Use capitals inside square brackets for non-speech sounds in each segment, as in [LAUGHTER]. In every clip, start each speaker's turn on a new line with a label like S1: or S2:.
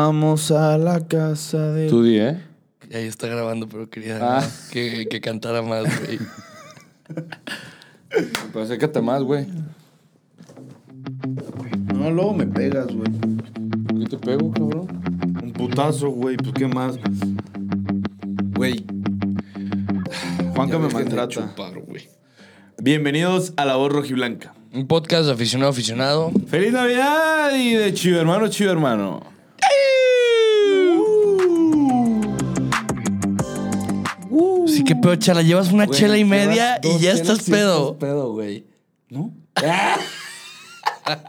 S1: Vamos a la casa de.
S2: Tú di, ¿eh?
S3: Ahí está grabando, pero quería
S2: Ah.
S3: que, que cantara más, güey.
S2: Pero acércate más, güey.
S1: No, luego me pegas, güey.
S2: Yo te pego, cabrón.
S1: Un putazo, güey. Pues qué más.
S3: Güey,
S1: Juanca
S3: ya
S1: me
S3: ves que te
S1: maltrata.
S3: chupar, güey.
S1: Bienvenidos a La Voz Rojiblanca.
S3: Un podcast de aficionado a aficionado.
S1: ¡Feliz Navidad! Y de chivo hermano, chivo hermano.
S3: Sí, qué pedo, chala. Llevas una chela y media y ya estás pedo.
S2: pedo, güey. ¿No? [LAUGHS]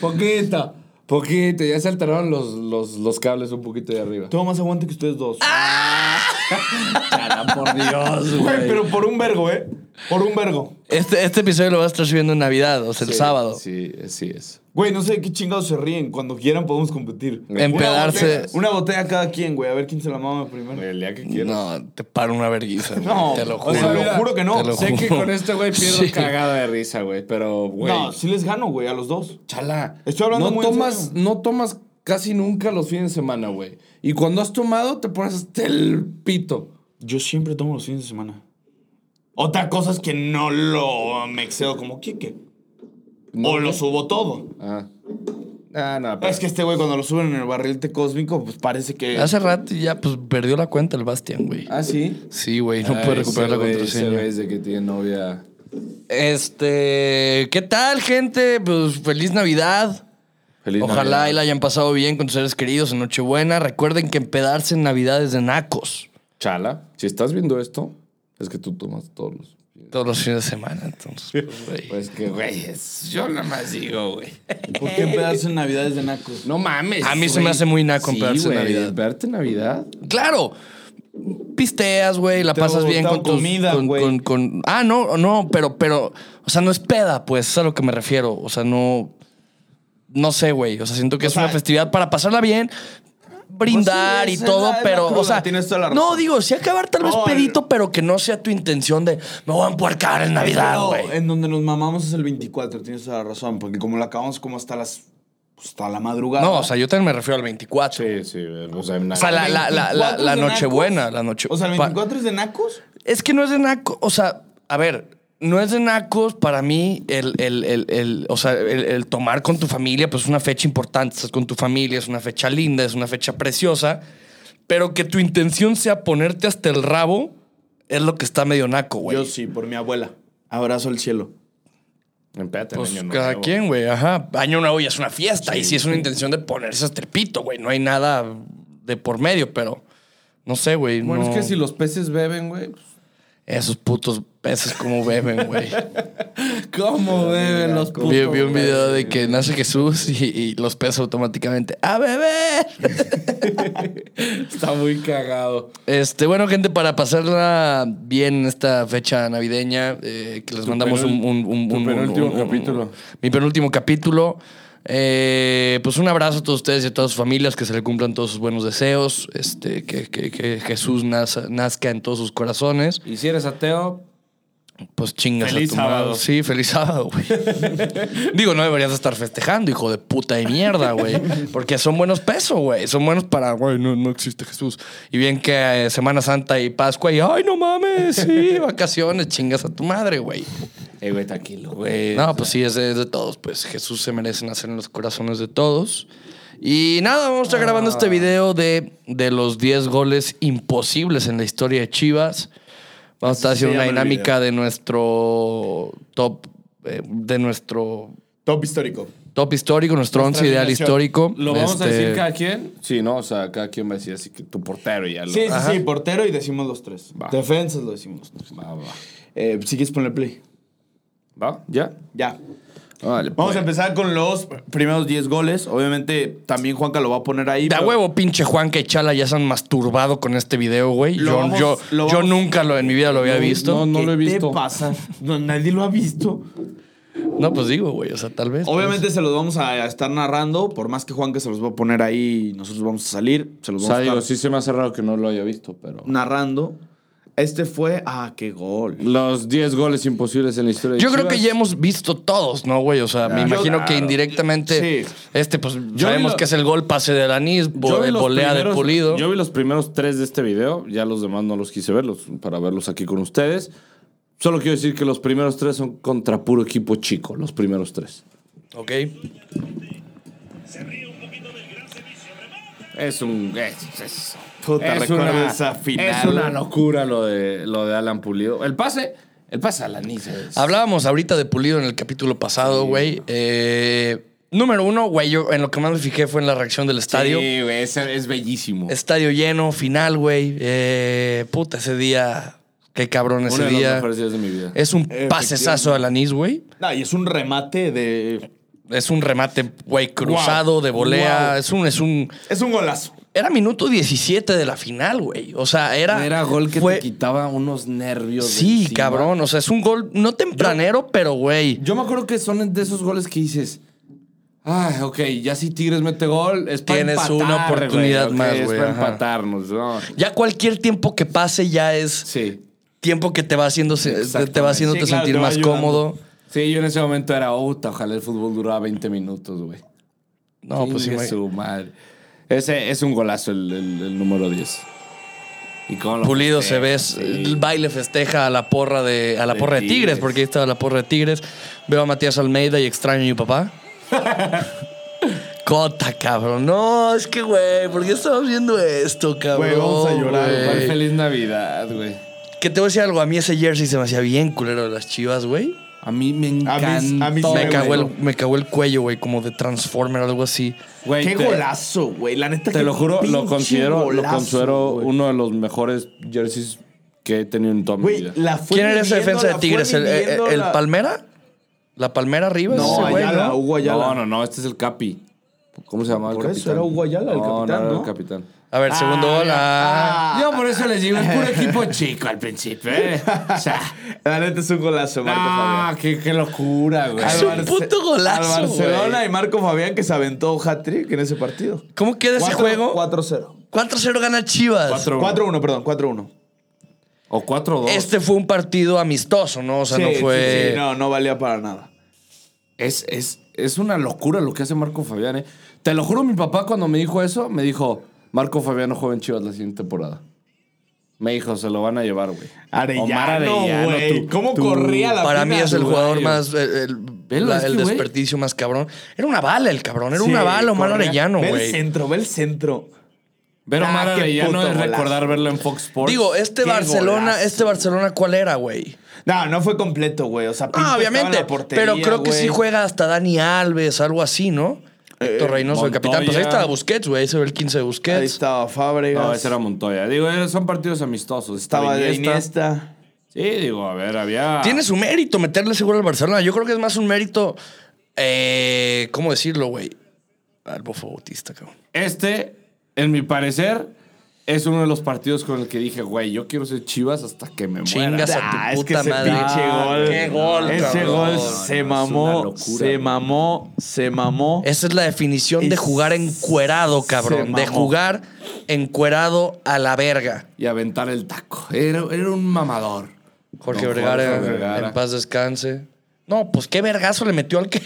S2: poquito. Poquito. Ya se alteraron los, los, los cables un poquito de arriba.
S1: Tengo más aguante que ustedes dos.
S2: Cara, por Dios,
S1: ¡Ah!
S3: [LAUGHS]
S1: Güey, pero por un vergo, ¿eh? Por un vergo.
S3: Este, este episodio lo vas a estar subiendo en Navidad, o sea, el sábado.
S2: Sí, así es.
S1: Güey, no sé de qué chingados se ríen. Cuando quieran podemos competir.
S3: Empedarse.
S1: Una botella cada quien, güey. A ver quién se la mama primero.
S2: El día que quieras.
S3: No, te paro una verguisa. güey.
S1: No,
S3: te lo
S1: o
S3: juro.
S1: sea, lo juro que no.
S3: Te lo
S2: Sé que
S3: juro.
S2: con este güey pierdo
S3: Sí.
S2: cagada de risa, güey. Pero, güey.
S1: No, sí les gano, güey, a los dos.
S2: Chala.
S1: Estoy hablando
S2: no
S1: muy en
S2: tomas,
S1: serio.
S2: No tomas casi nunca los fines de semana, güey. Y cuando has tomado, te pones hasta el pito.
S1: Yo siempre tomo los fines de semana. Otra cosa es que no lo me excedo como Quique. O lo subo todo.
S2: Ah. Ah, no, pero.
S1: Es que este güey cuando lo suben en el barrilete cósmico, pues parece que...
S3: Hace rato ya, pues, perdió la cuenta el Bastian, güey.
S2: Ah, sí.
S3: Sí, güey, no
S2: Ah,
S3: puede
S2: ese
S3: recuperar la
S2: güey, Ese
S3: contraseña.
S2: güey es de que tiene novia.
S3: Este, ¿qué tal, gente? Pues feliz Navidad.
S2: Feliz
S3: Ojalá
S2: Navidad.
S3: y la hayan pasado bien con sus seres queridos en Nochebuena. Recuerden que empedarse en Navidad es de nacos.
S2: Chala, si estás viendo esto, es que tú tomas todos los.
S3: Todos los fines de semana,
S1: [LAUGHS]
S3: entonces, pues, güey.
S2: Pues que, güey, es- yo nada más digo, güey.
S1: ¿Por qué pedarse en Navidades de nacos?
S2: No mames.
S3: A mí se
S2: güey.
S3: me hace muy naco
S2: sí,
S3: empedarse en
S2: güey,
S3: Navidad.
S2: ¿Empedarte en Navidad?
S3: Claro. Pisteas, güey, la
S1: Te
S3: pasas
S1: hago-
S3: bien
S1: te hago
S3: con tus-
S1: comida,
S3: con,
S1: güey.
S3: con- con- Ah, no, no, pero, pero, o sea, no es peda, pues, es a lo que me refiero. O sea, no, no sé, güey. O sea, siento que es una
S1: sea-
S3: festividad para pasarla bien, brindar
S1: Pues sí, esa
S3: y todo,
S1: es la- es la
S3: pero, o
S1: cruda,
S3: sea,
S1: tienes toda la
S3: no
S1: razón.
S3: digo, sí acabar tal vez
S1: No, el-
S3: pedito, pero que no sea tu intención de me voy a empuercar en Navidad,
S1: Pero
S3: güey.
S1: En donde nos mamamos es el 24, tienes toda la razón, porque como lo acabamos como hasta las pues, hasta la madrugada.
S3: No, o sea, yo también me refiero al 24.
S2: Sí, sí, güey. O sea, en
S3: O sea, la, la, la, la,
S1: 24
S3: la
S1: es de
S3: Nochebuena,
S1: nacos.
S3: la noche.
S1: O sea, el
S3: pa-
S1: 24 es de nacos.
S3: Es que no es de naco, o sea, a ver, no es de nacos para mí el, el, el, el- o sea, el, el tomar con tu familia, pues es una fecha importante, estás con tu familia, es una fecha linda, es una fecha preciosa, pero que tu intención sea ponerte hasta el rabo es lo que está medio naco, güey.
S1: Yo sí, por mi abuela. Abrazo al cielo.
S2: Empédate en
S3: Pues
S2: Año
S3: cada
S2: Nuevo.
S3: quien, güey, ajá. Año Nuevo ya es una fiesta y sí es una intención de ponerse hasta el pito, güey, no hay nada de por medio, pero no sé, güey.
S2: Bueno,
S3: no-
S2: es que si los peces beben, güey. pues,
S3: Esos putos peces como
S2: [LAUGHS]
S3: beben, güey.
S2: ¿Cómo beben los putos?
S3: Vi, vi un video de que nace Jesús y, y los pesos automáticamente. "Ah, ¡A beber!
S2: Está muy cagado.
S3: Este, bueno, gente, para pasarla bien en esta fecha navideña, eh, que les mandamos un,
S2: penul-
S3: un- un-
S2: tu
S3: un- un-
S2: penúltimo
S3: un- un-
S2: capítulo.
S3: Mi penúltimo capítulo. Eh, pues un abrazo a todos ustedes y a todas sus familias, que se le cumplan todos sus buenos deseos, este, que, que- que Jesús naza- nazca en todos sus corazones.
S2: Y si eres ateo,
S3: Pues chingas
S1: Feliz
S3: a tu madre.
S1: sábado.
S3: Sí, feliz sábado,
S1: [LAUGHS]
S3: güey. Digo, no deberías estar festejando, hijo de puta de mierda, güey. Porque son buenos pesos, güey. Son buenos para, güey, no, no existe Jesús. Y bien que eh, Semana Santa y Pascua y, ay, no mames, sí, vacaciones, chingas a tu madre, güey.
S2: eh, güey, tranquilo, güey.
S3: No, pues
S1: Este,
S3: sí, es de, es de todos. Pues Jesús se merece nacer en los corazones de todos. Y nada, vamos a estar grabando
S1: Ah.
S3: este video de, de los 10 goles imposibles en la historia de Chivas. Vamos a estar
S1: Así se
S3: haciendo una
S1: llama el
S3: dinámica de nuestro top, eh, de nuestro
S1: Top histórico.
S3: top histórico, nuestro
S1: Nuestra
S3: once ideal
S1: alineación.
S3: histórico.
S2: ¿Lo vamos a
S3: Este,
S2: decir cada quien? Sí, no, o sea, cada quien va a decir así que tu portero ya lo.
S1: Sí, sí, sí, portero y decimos los tres.
S2: Va.
S1: Defensas lo decimos los tres.
S2: Va, va.
S1: Eh, si quieres ponle play.
S2: ¿Va? ¿Ya? pues.
S1: Ya.
S2: Vale,
S1: Vamos a empezar con los primeros 10 goles. Obviamente también Juanca lo va a poner ahí.
S3: De a
S1: pero-
S3: huevo, pinche Juan que Chala ya se han masturbado con este video, güey.
S1: Lo
S3: Yo,
S1: vamos-
S3: yo,
S1: lo
S3: yo
S1: vamos-
S3: nunca lo en mi vida lo había visto.
S2: no,
S3: No,
S2: no lo he
S1: ¿Qué
S2: visto.
S1: te pasa? [LAUGHS] No, nadie lo ha visto.
S3: pues digo, güey, o sea, tal vez.
S1: Obviamente se los vamos a, a estar narrando. Por más que Juanca se los va a poner ahí, nosotros vamos a salir. Se los
S2: O
S1: vamos
S2: sea,
S1: a
S2: digo,
S1: estar
S2: sí se me hace raro que no lo haya visto, pero.
S1: narrando.
S4: Este fue. Ah, qué gol.
S2: Los 10 goles imposibles en la historia de
S3: Yo creo que
S2: Chivas.
S3: ya hemos visto todos, ¿no, güey? O sea, me imagino que indirectamente
S4: Sí.
S3: este, pues
S2: Yo vi
S3: sabemos
S2: lo-
S3: que es el gol pase de Danís,
S2: Yo vi los
S3: volea de
S2: primeros-
S3: Pulido.
S2: Yo vi los primeros tres de este video. Ya los demás no los quise verlos para verlos aquí con ustedes. Solo quiero decir que los primeros tres son contra puro equipo chico. Los primeros tres.
S3: Ok.
S2: Es un. Es, es-
S4: Puta,
S2: es
S4: recuerdo
S2: una,
S4: esa final.
S2: es una locura lo de, lo de Alan Pulido. El pase. El pase a Alanis. es-
S3: Hablábamos ahorita de Pulido en el capítulo pasado, güey. Eh, número uno, güey, yo en lo que más me fijé fue en la reacción del estadio.
S2: Sí, güey, es, es bellísimo.
S3: Estadio lleno, final, güey. Eh, puta, ese día. Qué cabrón ese
S2: Uno de los
S3: día.
S2: mejores días de mi vida.
S3: Es un pasesazo a Lanís, güey.
S1: No, y es un remate de.
S3: Es un remate, güey, cruzado, de volea.
S1: Guau.
S3: Es un, es un.
S1: Es un golazo.
S3: Era minuto 17 de la final, güey. O sea, era.
S2: Era gol que
S3: fue-
S2: te quitaba unos nervios. de
S3: Sí,
S2: encima.
S3: cabrón. O sea, es un gol no tempranero, pero, güey.
S2: Yo me acuerdo que son de esos goles que dices. Ah, ok, ya si Tigres mete gol, es para
S3: Tienes
S2: empatar,
S3: una
S2: güey,
S3: oportunidad
S2: ok,
S3: más,
S2: es
S3: güey,
S2: para
S3: ajá.
S2: empatarnos, ¿no?
S3: Ya cualquier tiempo que pase ya es
S2: Sí.
S3: tiempo que te va haciendo se- te va haciéndote
S1: Sí, claro,
S3: sentir
S1: te va
S3: más
S1: ayudando.
S3: cómodo.
S2: Sí, yo en ese momento era, puta, ojalá el fútbol duraba 20 minutos, güey.
S3: No, pues sí,
S2: Chingue
S3: güey.
S2: su madre. Ese es un golazo el, el- el número 10. Y con
S3: Pulido se ve, el baile festeja a la porra de a la
S2: De
S3: porra de Tigres,
S2: Tigres.
S3: porque ahí estaba la porra de Tigres. Veo a Matías Almeida y extraño a
S2: [LAUGHS]
S3: mi papá. Cota, cabrón. No, es que güey, ¿por qué estamos viendo esto, cabrón?
S1: Güey, vamos a llorar,
S3: güey?
S2: Igual feliz Navidad, güey.
S3: Que te voy a decir algo, a mí ese jersey se me hacía bien culero de las Chivas, güey.
S2: A mí me
S1: A mí-
S2: encanta.
S1: a mí sí
S3: Me
S1: Todo,
S3: cagó el
S1: güey.
S3: me cagó el cuello, güey, como de Transformer algo así.
S1: qué golazo, güey. La neta
S2: Te
S1: qué
S2: lo juro, lo
S1: pinche
S2: considero, lo
S1: golazo,
S2: considero
S1: güey.
S2: uno de los mejores jerseys que he tenido en toda mi
S1: Güey,
S2: vida.
S1: la fue
S3: ¿Quién era ese
S1: midiendo,
S3: defensa de
S1: la fue
S3: Tigres? ¿El, el-
S1: midiendo,
S3: el
S1: la-
S3: Palmera? ¿La Palmera arriba? es
S1: No,
S3: ese güey,
S1: Ayala,
S3: ¿no?
S1: Hugo Ayala.
S2: No, no, no, este es el Capi. ¿Cómo se llamaba
S1: Por
S2: el
S1: eso
S2: capitán?
S1: era Hugo Ayala, el capitán,
S2: era
S1: ¿no?
S2: el capitán.
S3: A ver, segundo
S1: Ah,
S3: gol. ah.
S1: ah.
S2: Yo por eso les digo, es puro
S1: [LAUGHS]
S2: equipo chico al principio. ¿eh? O sea,
S1: La neta es un golazo, Marco
S2: ah,
S1: Fabián.
S2: qué, qué locura, güey.
S3: Es
S1: Al
S3: un
S1: Barce-
S3: puto golazo,
S1: Al Barcelona
S3: güey.
S1: y Marco Fabián que se aventó hat-trick en ese partido.
S3: ¿Cómo queda ese
S1: Cuatro-
S3: juego?
S1: 4-0.
S3: 4-0 gana Chivas.
S1: 4-1, perdón, 4-1.
S2: O 4-2.
S3: Este fue un partido amistoso, ¿no? O sea, no
S1: Sí,
S3: fue.
S1: sí, sí, no, no valía para nada.
S2: Es, es, es una locura lo que hace Marco Fabián, ¿eh? Te lo juro, mi papá cuando me dijo eso, me dijo, Marco Fabián no juega en Chivas la siguiente temporada. Me dijo, se lo van a llevar, güey. Omar Arellano,
S1: güey.
S2: tú-
S1: ¿Cómo
S2: tú-
S1: corría la
S3: Para
S1: pena?
S3: mí es el
S2: Uruguayo.
S3: jugador más. El, el-
S2: Velo,
S3: la-
S2: es que,
S3: el
S2: güey.
S3: desperdicio más cabrón. Era una bala el cabrón. Era
S1: Sí,
S3: una bala, Omar
S1: corría.
S3: Arellano,
S1: Ve el
S3: güey.
S1: centro, ve el centro.
S2: Ver a
S1: Ah,
S2: Omar
S1: qué
S2: Arellano
S1: puto
S2: es recordar
S1: golazo.
S2: verlo en Fox Sports.
S3: Digo, este
S1: Qué
S3: Barcelona,
S1: golazo.
S3: este Barcelona, ¿cuál era, güey?
S1: No, no fue completo, güey. O sea, Pinto
S3: Ah,
S1: estaba en
S3: obviamente.
S1: la portería,
S3: pero creo que
S1: güey.
S3: sí juega hasta Dani Alves, algo así, ¿no? Héctor Reynoso, el capitán. Pues ahí
S2: Montoya.
S3: estaba Busquets, güey. Ahí se ve el 15 de Busquets.
S1: Ahí estaba Fábregas.
S2: No, ese era Montoya. Digo, eh, son partidos amistosos.
S1: Estaba de
S2: Iniesta.
S1: Iniesta.
S2: Sí, digo, a ver, había...
S3: Tiene su mérito meterle seguro al Barcelona. Yo creo que es más un mérito. eh, ¿Cómo decirlo, güey? Al Bofo Bautista, cabrón.
S2: Este, en mi parecer, es uno de los partidos con el que dije, güey, yo quiero ser Chivas hasta que me muera.
S3: Chingas a tu
S1: Ah, es que
S3: puta
S1: ese
S3: madre.
S1: pinche
S2: Ah,
S1: gol.
S3: qué gol,
S1: Ese
S3: cabrón.
S1: gol
S3: No,
S1: se
S2: es una
S1: mamó,
S2: locura,
S1: se
S2: güey.
S1: mamó, se mamó.
S3: Esa es la definición de
S1: Es-
S3: jugar encuerado, cabrón.
S1: se
S3: De
S1: mamó.
S3: jugar encuerado a la verga.
S2: y aventar el taco. Era, era un mamador.
S3: Jorge
S2: Don
S3: Vergara,
S2: Jorge Vergara.
S3: en paz descanse. No, pues qué [LAUGHS] vergazo le metió al que.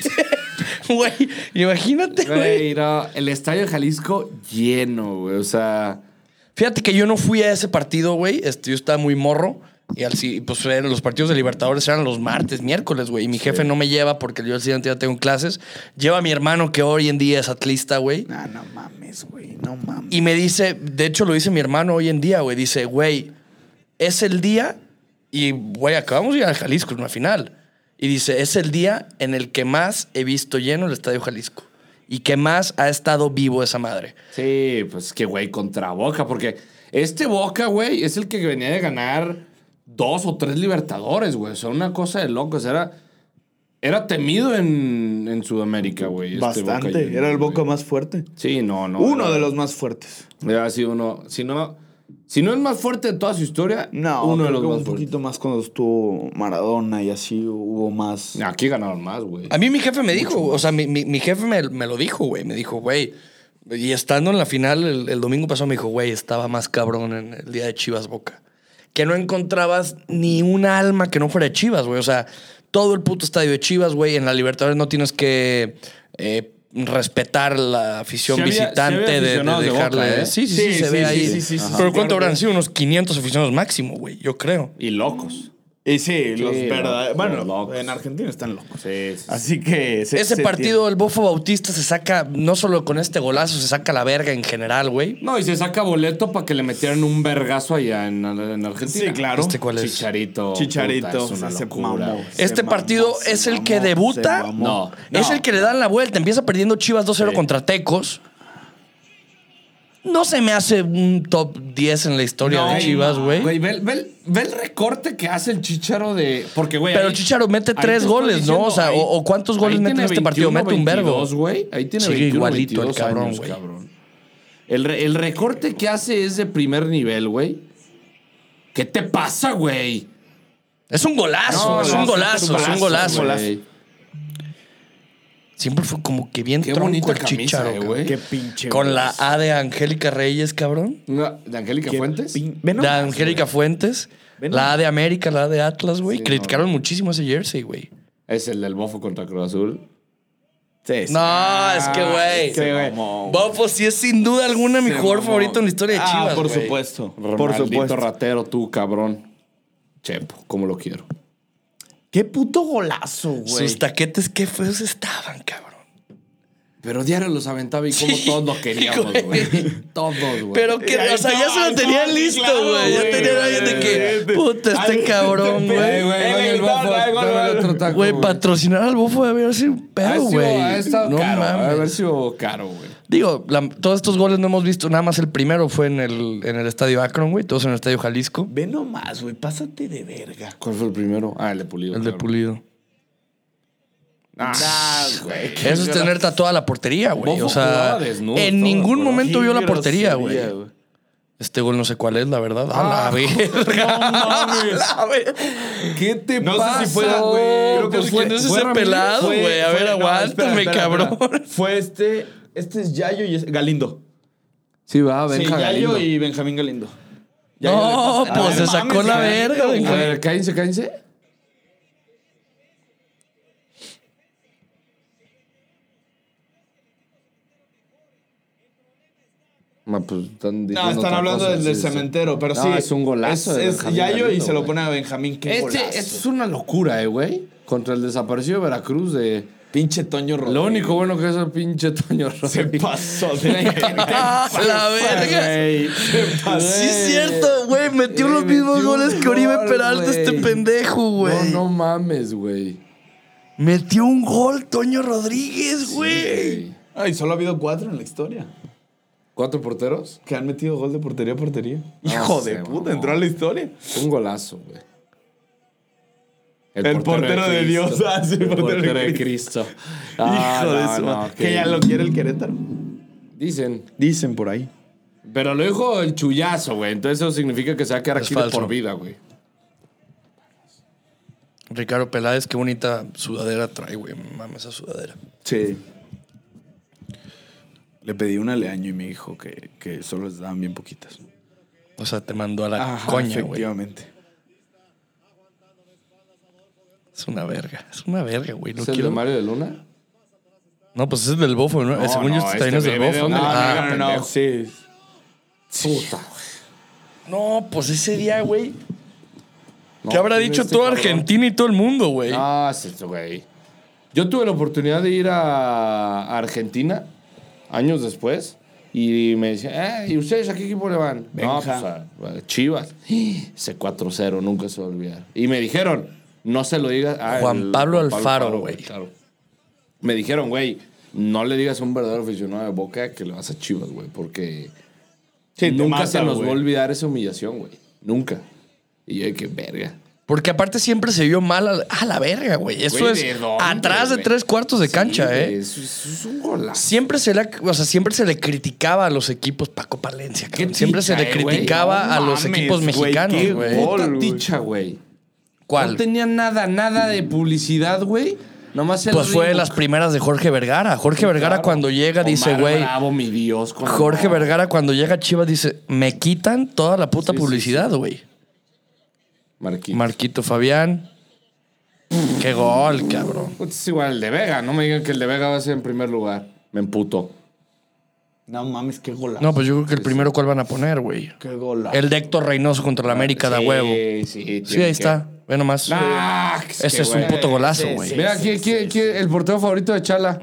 S3: Güey, imagínate, güey.
S2: Güey, no, el estadio de Jalisco lleno, güey. O sea,
S3: Fíjate que yo no fui a ese partido, güey. Este, yo estaba muy morro. Y al, si- pues eran los partidos de Libertadores eran los martes, miércoles, güey. Y mi jefe no me lleva porque yo al siguiente día tengo clases. Lleva a mi hermano que hoy en día es atlista, güey.
S1: Ah, no mames, güey, no
S2: este
S1: mames.
S3: Y me dice, de hecho lo dice mi hermano hoy en día, güey. Dice, güey, es el día, y güey, acabamos de ir a Jalisco en una final. Y dice, es el día en el que más he visto lleno el Estadio Jalisco. Y que más ha estado vivo esa madre.
S2: sí, pues que, güey, contra Boca. Porque este Boca, güey, es el que venía de ganar dos o tres Libertadores, güey. O sea, una cosa de locos. Era, era temido en, en Sudamérica, güey. este
S1: Bastante,
S2: Boca Juniors,
S1: era el Boca
S2: güey.
S1: más fuerte.
S2: Sí, no, no.
S1: Uno
S2: era-
S1: de los más fuertes.
S2: Era así uno. Si no, si no es más fuerte de toda su historia,
S1: No,
S2: uno
S1: creo
S2: de los
S1: que
S2: más
S1: un
S2: fuertes.
S1: poquito más cuando estuvo Maradona y así hubo más.
S2: Aquí ganaron más, güey.
S3: A mí mi jefe me dijo, o sea, mi, mi- mi jefe me, me lo dijo, güey. Me dijo, güey. Y estando en la final el, el domingo pasado, me dijo, güey, estaba más cabrón en el día de Chivas Boca. que no encontrabas ni una alma que no fuera de Chivas, güey. O sea, todo el puto estadio de Chivas, güey. En la Libertadores no tienes que eh, respetar la afición
S2: Sí había- sí había
S3: visitante de- de,
S2: aficionados de Boca,
S3: dejarle.
S2: ¿eh?
S3: Sí, sí, sí,
S1: Sí,
S3: se
S1: sí,
S3: ve
S1: sí,
S3: ahí.
S1: sí, sí, sí, sí,
S3: Pero
S1: claro,
S3: ¿cuánto habrán
S1: güey.
S3: sido? Unos 500 aficionados máximo, güey. Yo creo.
S2: Y locos.
S1: Y sí, los
S2: Sí,
S1: verdaderos.
S2: locos,
S1: Bueno,
S2: locos.
S1: en Argentina están locos.
S2: Sí, sí.
S1: Así que. se-
S3: Ese
S1: se
S3: partido, el Bofo Bautista se saca, no solo con este golazo, se saca la verga en general, güey.
S2: No, y se saca boleto para que le metieran un vergazo allá en, en Argentina.
S1: Sí, claro.
S3: Este cuál es.
S2: Chicharito.
S1: Chicharito,
S2: puta, es una
S1: se- se
S2: locura,
S1: mamó.
S2: güey.
S3: Este
S1: mamó,
S3: partido
S1: se
S3: es el
S1: mamó,
S3: que
S1: se
S3: debuta.
S1: mamó.
S2: No.
S3: Es
S2: no.
S3: el que le dan la vuelta. Empieza perdiendo Chivas 2-0
S2: Sí.
S3: contra Tecos. No se me hace un top 10 en la historia
S2: No,
S3: de Chivas,
S2: no,
S3: güey.
S2: Ve, ve el- ve el recorte que hace el Chicharo de. Porque, güey.
S3: Pero
S2: ahí-
S3: Chicharo mete
S2: ahí
S3: tres
S2: te estoy
S3: goles, ¿no? O sea, o- o ¿cuántos goles
S2: ahí
S3: mete en
S2: tiene
S3: este partido? Mete un vergo.
S2: 22, güey. Ahí tiene
S3: Sigue
S2: 21,
S3: igualito el
S2: 22
S3: cabrón,
S2: años,
S3: güey.
S2: cabrón. El, re- el recorte que hace es de primer nivel, güey. ¿Qué te pasa, güey?
S3: Es un golazo,
S2: No,
S3: es
S2: no,
S3: un
S2: es un
S3: golazo, es un golazo.
S1: golazo.
S2: güey.
S3: Siempre fue como que bien
S2: Qué
S3: tronco
S2: bonita
S3: el
S2: camisa,
S3: Chicharo,
S2: eh,
S3: güey.
S2: güey.
S1: Qué pinche.
S3: Con la
S1: golazo.
S3: A de Angélica Reyes, cabrón.
S2: No, ¿De Angélica
S1: Qué
S2: Fuentes?
S1: pin- Ve
S3: de
S1: nomás,
S3: Angélica Fuentes.
S1: Ven
S3: La
S1: nomás.
S3: A de América, la A de Atlas, güey.
S2: Sí,
S3: Criticaron muchísimo ese jersey, güey.
S2: Es el del bofo contra Cruz Azul.
S1: güey. Sí, sí.
S3: No, es que, güey.
S1: sí, güey.
S3: Bofo, sí es sin duda alguna mi
S2: Se
S3: jugador
S2: mamó.
S3: favorito en la historia de Chivas.
S1: Ah, por
S3: güey.
S1: supuesto.
S2: por
S1: por supuesto.
S2: ratero, tú, cabrón. Chepo, como lo quiero.
S1: Qué puto golazo, güey.
S3: Sus taquetes, qué feos estaban, cabrón.
S2: Pero diario los aventaba y como todos lo queríamos,
S3: güey.
S2: güey. Todos, güey. Eh,
S3: Pero que, o sea, ya se lo
S1: no,
S3: tenían
S1: sí,
S3: listo,
S1: claro,
S3: güey. Ya
S1: güey,
S3: tenían ahí de
S1: güey,
S3: que,
S1: güey.
S3: puta, este
S1: Ay, [LAUGHS]
S3: cabrón,
S1: este
S2: Ay,
S3: güey.
S1: pedo.
S2: güey,
S1: Eh,
S2: oye, el
S1: no,
S2: bofo,
S1: no, no,
S2: dame
S1: no.
S2: otro taco,
S3: Güey, patrocinar al bofo debe haber sido un
S2: Ha
S3: pedo,
S2: sido-
S3: güey.
S2: ha estado
S3: No
S2: caro, ha de haber
S3: mames.
S2: sido caro, güey.
S3: Digo, la- todos estos goles no hemos visto. Nada más el primero fue en el, en el estadio Akron, güey. Todos en el estadio Jalisco.
S1: Ve nomás, güey. Pásate de verga.
S2: ¿Cuál fue el primero? Ah, el de Pulido.
S3: El de
S2: claro.
S3: Pulido.
S2: Ah, güey. qué
S3: Eso es tener tatuada la portería, güey.
S2: Bofo
S3: O sea,
S2: jugaba desnudo,
S3: en
S2: todo,
S3: ningún
S2: güey.
S3: momento
S1: Qué
S3: vio la portería, güey.
S1: grosería,
S3: Este gol no sé cuál es, la verdad. A la
S2: Ah,
S3: verga. A ver.
S2: ¿Qué
S1: [LAUGHS]
S2: te
S1: No sé
S2: pasa?
S1: si fuera, güey. Creo que
S3: pues,
S1: fue-
S3: ¿quién es
S1: fue
S3: ese
S1: Ramírez,
S3: pelado,
S1: fue-
S3: güey? A
S1: fue-
S3: ver,
S1: no, espera,
S3: aguántame,
S1: espera, espera.
S3: cabrón.
S1: Fue este. Este es Yayo y es Galindo.
S2: Sí, va,
S1: Sí,
S2: Benja
S1: Yayo
S2: Galindo.
S1: y Benjamín Galindo. Yayo
S3: No,
S1: de Costa.
S3: pues
S1: Ah,
S3: se
S1: no
S3: sacó
S1: mames,
S3: la
S1: Galindo,
S3: verga,
S1: güey.
S2: A
S3: güey.
S2: ver, cállense, cállense. Ma, pues, están
S1: No,
S2: diciendo
S1: están
S2: otra
S1: hablando
S2: cosa,
S1: del del
S2: sí, sí.
S1: cementeero, pero
S2: No,
S1: sí.
S2: es un golazo de
S1: Es, es
S2: Benjamín
S1: Yayo y
S2: Galindo,
S1: se lo
S2: güey.
S1: pone a Benjamín. Qué
S2: Este,
S1: golazo.
S2: esto es una locura, eh, güey. Contra el desaparecido de Veracruz de...
S1: Pinche Toño Rodríguez.
S2: Lo único bueno que es el pinche Toño
S1: Se
S2: Rodríguez.
S1: pasó de verga.
S3: [LAUGHS] A la verga.
S2: Güey.
S1: Se pasó.
S3: Ah, Sí es cierto, güey. Metió
S2: Güey,
S3: los mismos
S2: metió un
S3: goles que Oribe
S2: gol,
S3: Peralta,
S2: güey.
S3: este pendejo, güey.
S2: No, no mames, güey.
S3: Metió un gol, Toño Rodríguez, güey.
S2: Sí.
S1: Ay, solo ha habido cuatro en la historia.
S2: ¿Cuatro porteros?
S1: Que han metido gol de portería a portería.
S2: No
S1: Hijo
S2: sé,
S1: de puta,
S2: mamón.
S1: entró a la historia.
S2: Un golazo, güey.
S1: El portero de
S2: Cristo.
S1: Dios, [LAUGHS] ah, sí,
S2: el portero, de Cristo. Ah,
S1: Hijo de
S2: no,
S1: su
S2: no,
S1: madre.
S2: que-
S1: Que ya lo quiere el Querétaro.
S2: Dicen.
S1: Dicen por ahí.
S2: Pero lo dijo el chullazo, güey. Entonces eso significa que se va a quedar
S3: Es
S2: aquí de
S3: falso.
S2: por vida, güey.
S3: Ricardo Peláez, qué bonita sudadera trae, güey. Mames esa sudadera.
S1: Sí. Le pedí una leaño y me dijo que, que solo les daban bien poquitas.
S3: O sea, te mandó a la
S1: Ajá,
S3: Ah, coña, güey.
S1: efectivamente.
S3: Es una verga. Es una verga, güey. No
S2: ¿Es el
S3: quiero.
S2: de Mario de Luna?
S3: No, pues ese es del bofo, ¿no? Según yo,
S2: no,
S3: este también
S2: este
S3: es del
S2: bebé,
S3: bofo.
S2: ¿de dónde?
S3: Ah.
S2: Ah, pendejo.
S1: sí.
S2: Puta.
S3: No, pues ese día, güey.
S2: No,
S3: ¿Qué habrá
S2: ¿quién
S3: dicho
S2: es este
S3: todo
S2: cabrón?
S3: Argentina y todo el mundo, güey?
S2: Ah, sí, sí, güey. Yo tuve la oportunidad de ir a Argentina años después y me decían, "Eh, ¿y ustedes a qué equipo le van? No, pues
S1: Benja.
S2: a- a Chivas. Ese 4-0, nunca se va a olvidar. Y me dijeron, no se lo digas a
S3: Juan
S2: el-
S3: Pablo Alfaro, güey.
S2: claro. Me dijeron, güey, no le digas a un verdadero aficionado de Boca que le vas a Chivas, güey, porque
S1: Sí, te
S2: nunca
S1: mata,
S2: se nos
S1: güey.
S2: va a olvidar esa humillación, güey. Nunca. Y yo, de que verga.
S3: Porque aparte siempre se vio mal a, a la verga, güey. Eso
S2: Güey,
S3: es
S2: ¿de dónde,
S3: atrás de
S2: güey?
S3: tres cuartos de
S2: Sí,
S3: cancha,
S2: güey,
S3: ¿eh?
S2: Es, es un golazo.
S3: Siempre se, le, o sea, siempre se le criticaba a los equipos Paco Palencia, cabrón.
S2: Qué
S3: Siempre se le
S2: ticha, eh, güey.
S3: criticaba
S2: No
S3: a los
S1: mames,
S3: equipos
S1: güey,
S3: mexicanos,
S1: qué
S3: güey.
S1: gol,
S2: Puta
S1: güey.
S2: ticha, güey. No
S3: ¿Cuál?
S2: tenía nada, nada de publicidad, güey. Nomás el
S3: Pues fue de
S2: ritmo.
S3: las primeras de Jorge Vergara. Jorge Vergara
S2: Claro.
S3: cuando llega dice,
S2: Omar
S3: güey,
S2: Bravo, mi Dios. cómo
S3: Jorge
S2: no.
S3: Vergara cuando llega a Chivas dice, me quitan toda la puta
S2: Sí, sí,
S3: publicidad, güey.
S2: Marquín.
S3: Marquito Fabián. Qué gol, cabrón.
S2: Pues es igual el de Vega. No me digan que el de Vega va a ser en primer lugar. Me emputo.
S1: No mames, qué golazo.
S3: No, pues yo creo que el primero, ¿cuál van a poner, güey?
S1: Qué golazo.
S3: El de Héctor Reynoso contra la América da
S2: Sí, Sí,
S3: huevo. Sí, ahí
S2: tiene
S3: está. Ve nomás.
S2: que- Ah,
S3: Ese
S2: qué
S3: es
S2: güey.
S3: un puto golazo,
S1: sí,
S3: güey.
S1: sí.
S2: Mira, ¿quién, quién- quién- el portero favorito de Chala?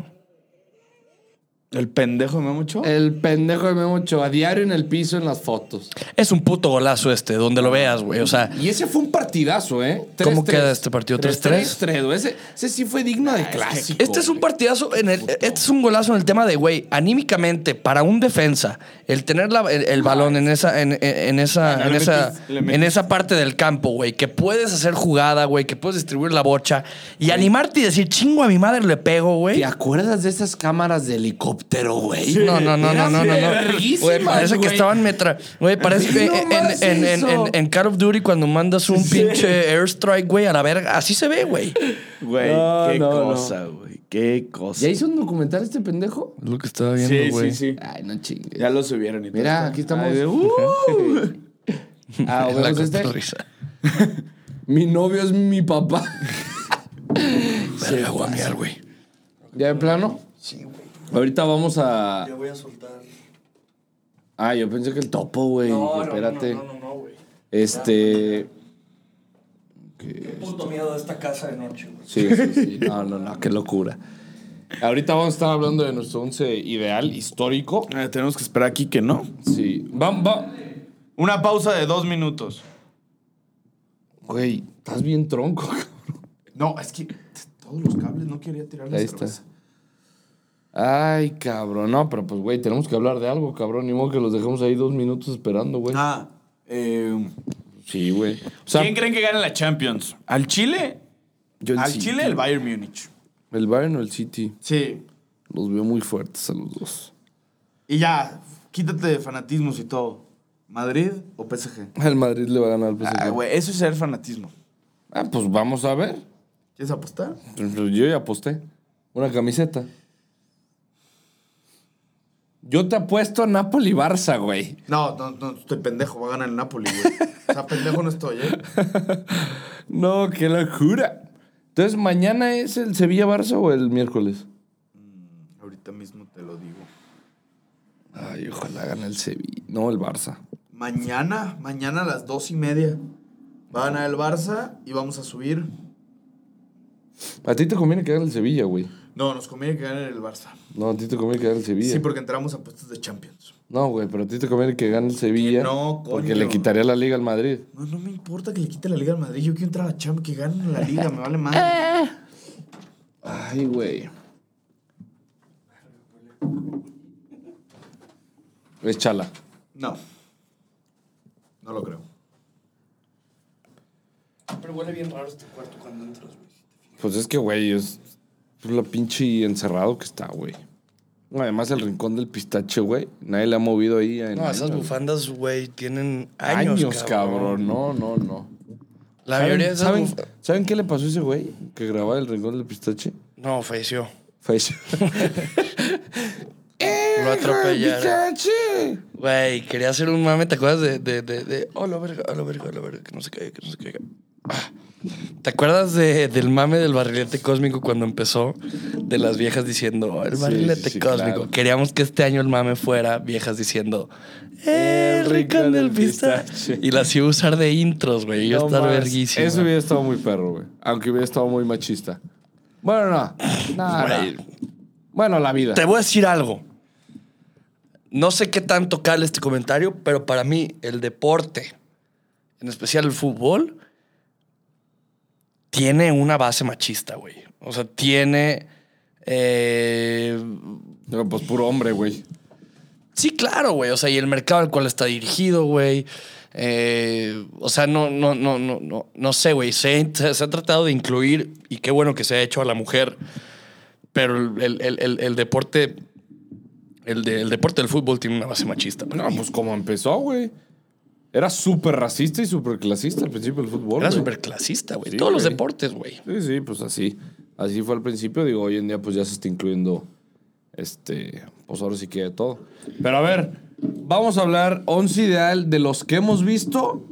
S1: ¿El pendejo me mucho?
S3: Eh,
S2: El pendejo de Memo Ochoa, a diario en el piso en las fotos.
S3: Es un puto golazo este, donde lo veas, güey. O sea,
S2: Y ese fue un partidazo, ¿eh?
S3: ¿Cómo
S2: 3-3.
S3: queda este partido? 3-3.
S2: 3-3, güey. Ese, ese sí fue digno de clásico.
S3: este es un
S2: güey.
S3: partidazo en el, este es un golazo en el tema de, güey, anímicamente, para un defensa, el tener la- el, el balón en esa, en, en- en esa,
S1: Ah, no,
S3: en
S1: le
S3: esa,
S1: metiste, le metiste.
S3: en esa parte del campo, güey, que puedes hacer jugada, güey, que puedes distribuir la bocha y animarte y decir, chingo a mi madre le pego, güey.
S2: ¿Te acuerdas de esas cámaras de helicóptero, güey?
S3: No, no, no, no,
S2: Eran
S3: no, no, no.
S2: verguísimas,
S3: Güey, parece que
S2: güey.
S3: estaban metra. Güey, parece que
S2: No
S3: en,
S2: más
S3: en- en-
S2: eso.
S3: en- en Call of Duty cuando mandas un pinche airstrike, güey, a la verga. Así se ve, güey.
S4: Güey,
S2: No,
S4: qué
S2: no, no.
S4: cosa, güey. Qué cosa.
S2: ¿Ya hizo un documental este pendejo?
S3: Lo que estaba
S1: Sí, sí, sí.
S2: Ay, no chingue.
S1: Ya lo subieron y todo.
S2: Mira,
S1: está.
S2: aquí estamos.
S1: Ay, de-
S2: uh. [LAUGHS] Ah, ¿o
S3: [LAUGHS] La
S2: vemos este?
S3: risa.
S2: Mi novio es mi papá.
S3: Verga, voy
S2: pues.
S3: a mear, güey.
S2: [LAUGHS] ¿Ya de plano? Sí, güey. Ahorita vamos a.
S3: voy a soltar.
S2: Ah, yo pensé que el topo, güey. Espérate. Este.
S3: Puto miedo de esta casa de noche, güey.
S2: Sí, sí, sí. No, no, no, qué locura. Ahorita vamos a estar hablando de nuestro once ideal histórico.
S1: Eh, tenemos que esperar aquí que no.
S2: Sí. Vamos, va.
S1: Una pausa de dos minutos.
S2: Güey, estás bien tronco.
S1: No, es que todos los cables no quería tirar la
S2: Ahí está. Ay, cabrón. No, pero pues, güey, tenemos que hablar de algo, cabrón. Ni modo que los dejemos ahí dos minutos esperando, güey.
S1: Ah, eh,
S2: Sí, güey. O sea,
S1: ¿Quién creen que gane la Champions? ¿Al Chile?
S2: yo en
S1: Al
S2: sí-
S1: Chile, el Bayern Múnich.
S2: ¿El Bayern o el City?
S1: Sí.
S2: Los veo muy fuertes a los dos.
S1: Y ya, quítate de fanatismos y todo. ¿Madrid o PSG?
S2: El Madrid le va a ganar al PSG.
S1: Ah, güey, eso es ser fanatismo.
S2: Ah, pues vamos a ver.
S1: ¿Quieres apostar?
S2: Pues, Yo ya aposté. Una camiseta. Yo te apuesto a Napoli Barça, güey.
S1: No, no, no, estoy pendejo, va a ganar el Napoli, güey. O sea, pendejo no estoy, ¿eh?
S2: No, qué locura. Entonces, ¿mañana es el Sevilla Barça o el miércoles?
S1: Ahorita mismo te lo digo.
S2: Ay, ojalá gane el Sevilla. No, el Barça.
S1: Mañana, mañana a las dos y media. Va a ganar el Barça y vamos a subir.
S2: A ti te conviene que gane el Sevilla, güey.
S1: No, nos conviene que gane el Barça.
S2: No, a ti te conviene que gane el Sevilla.
S1: Sí, porque entramos a puestos de Champions.
S2: No, güey, pero a ti te conviene que gane el Sevilla.
S1: no, coño.
S2: Porque le quitaría la liga al Madrid.
S1: No, no me importa que le quite la Liga al Madrid. Yo quiero entrar a la Champions, que ganen la Liga, me vale madre.
S2: Ay, güey. Es chala.
S1: No. No lo creo.
S3: Pero huele bien raro este cuarto cuando entras, güey.
S2: Pues es que, güey, es pues lo pinche encerrado que está, güey. Además, el rincón del pistache, güey. Nadie le ha movido ahí. En
S3: No, esas
S2: años.
S3: bufandas, güey, tienen años,
S2: Años, cabrón. No, no, no.
S3: La mayoría de esas
S2: ¿saben,
S3: buf-
S2: ¿Saben qué le pasó a ese güey que grababa el rincón del pistache?
S3: No, falleció. [LAUGHS]
S2: Falleció.
S3: Lo atropellaron.
S2: ¡Pistache!
S3: Güey, quería hacer un mame, ¿te acuerdas de, de, de, de oh, la verga, oh, la verga, oh, la verga, que no se caiga, que no se caiga? Ah. ¿Te acuerdas de, del mame del barrilete cósmico cuando empezó? De las viejas diciendo, oh, el
S2: Sí,
S3: barrilete
S2: sí, sí,
S3: cósmico.
S2: claro.
S3: Queríamos que este año el mame fuera viejas diciendo, el rincón del pistache. Y las iba a usar de intros, güey. y Yo
S2: No
S3: estar
S2: mames,
S3: verguísimo.
S2: Eso hubiera estado muy perro, güey. Aunque hubiera estado muy machista. Bueno, no. No,
S3: Pues, Güey.
S2: no. Bueno, la vida.
S3: Te voy a decir algo. No sé qué tanto cale este comentario, pero para mí el deporte, en especial el fútbol, tiene una base machista, güey. O sea, tiene... eh,
S2: No, pues puro hombre, güey.
S3: Sí, claro, güey. O sea, y el mercado al cual está dirigido, güey. Eh, o sea, no, no, no, no, no, no sé, güey. Se, se- se ha tratado de incluir, y qué bueno que se ha hecho a la mujer, pero el, el- el- el- el deporte, el, de- el deporte del fútbol tiene una base machista. para
S2: No,
S3: mí.
S2: pues como empezó, güey. Era súper racista y súper clasista al principio del fútbol.
S3: Era
S2: güey.
S3: súper clasista, güey.
S2: Sí,
S3: Todos los
S2: güey.
S3: deportes, güey.
S2: Sí, sí, pues así. Así fue al principio. Digo, hoy en día pues ya se está incluyendo, este, pues ahora sí que de todo. Pero a ver, vamos a hablar 11 ideal de los que hemos visto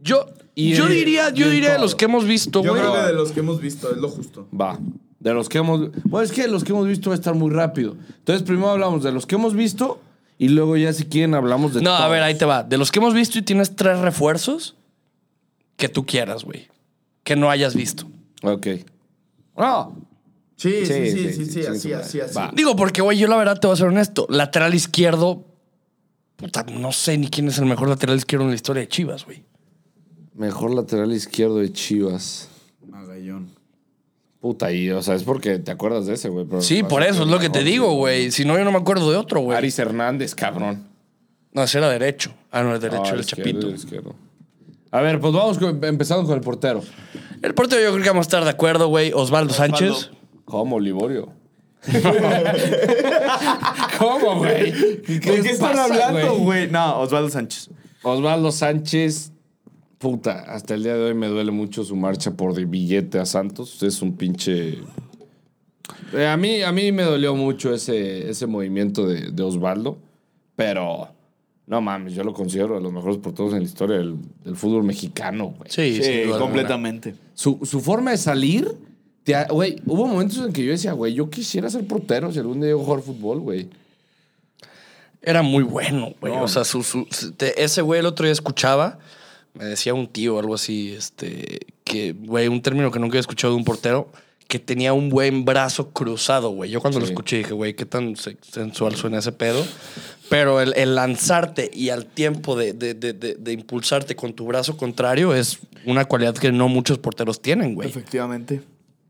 S3: Yo,
S2: Y
S3: Yo
S2: el-
S3: diría,
S2: y
S3: yo
S2: el
S3: diría de
S2: todo.
S3: los que hemos visto,
S5: Yo
S3: güey.
S5: creo que de los que hemos visto es lo justo.
S2: Va. De los que hemos. Bueno, es que los que hemos visto va a estar muy rápido. Entonces, primero hablamos de los que hemos visto y luego ya, si quieren, hablamos de.
S3: No, a
S2: todos.
S3: ver, ahí te va. De los que hemos visto y tienes tres refuerzos que tú quieras, güey. Que no hayas visto.
S2: Ok. No.
S5: Sí, sí, sí,
S2: Sí, sí,
S5: sí, sí,
S2: sí,
S5: así,
S2: sí,
S5: así, así.
S2: va.
S3: Digo, porque, güey, yo la verdad te voy a ser honesto. Lateral izquierdo. Puta, no sé ni quién es el mejor lateral izquierdo en la historia de Chivas, güey.
S2: Mejor lateral izquierdo de Chivas.
S5: Magallón.
S2: Puta, y, o sea, es porque te acuerdas de ese, güey. pero-
S3: Sí, por eso es lo que te digo, güey. Si no, yo no me acuerdo de otro, güey.
S2: Aris Hernández, cabrón.
S3: No, ese era derecho. Ah, no, es derecho,
S2: Ah,
S3: el
S2: izquierdo,
S3: chapito.
S2: izquierdo. A ver, pues vamos con- empezando con el portero.
S3: El portero yo creo que vamos a estar de acuerdo, güey. Osvaldo Sánchez.
S2: ¿Cómo, Liborio? [LAUGHS] ¿Cómo, güey? ¿Qué,
S1: ¿De
S2: les
S1: qué están
S2: pasa,
S1: hablando, güey? No, Osvaldo Sánchez.
S2: Osvaldo Sánchez, puta, hasta el día de hoy me duele mucho su marcha por de billete a Santos. Es un pinche. Eh, a, mí, a mí me dolió mucho ese, ese movimiento de, de Osvaldo, pero no mames, yo lo considero de los mejores porteros en la historia del, del fútbol mexicano, güey.
S3: Sí,
S1: Sí,
S3: sin duda alguna.
S1: completamente.
S2: Su, su forma de salir, te ha- güey, hubo momentos en que yo decía, güey, yo quisiera ser portero si algún día llego a jugar fútbol, güey.
S3: Era muy bueno, güey. O sea, su, su- su- te- ese güey el otro día escuchaba, me decía un tío o algo así, este, que, güey, un término que nunca había escuchado de un portero, que tenía un buen brazo cruzado, güey. Yo cuando lo
S2: Sí.
S3: escuché dije, güey, qué tan se- sensual suena ese pedo. Pero el, el lanzarte y al tiempo de, de- de- de- de impulsarte con tu brazo contrario es una cualidad que no muchos porteros tienen, güey.
S1: Efectivamente.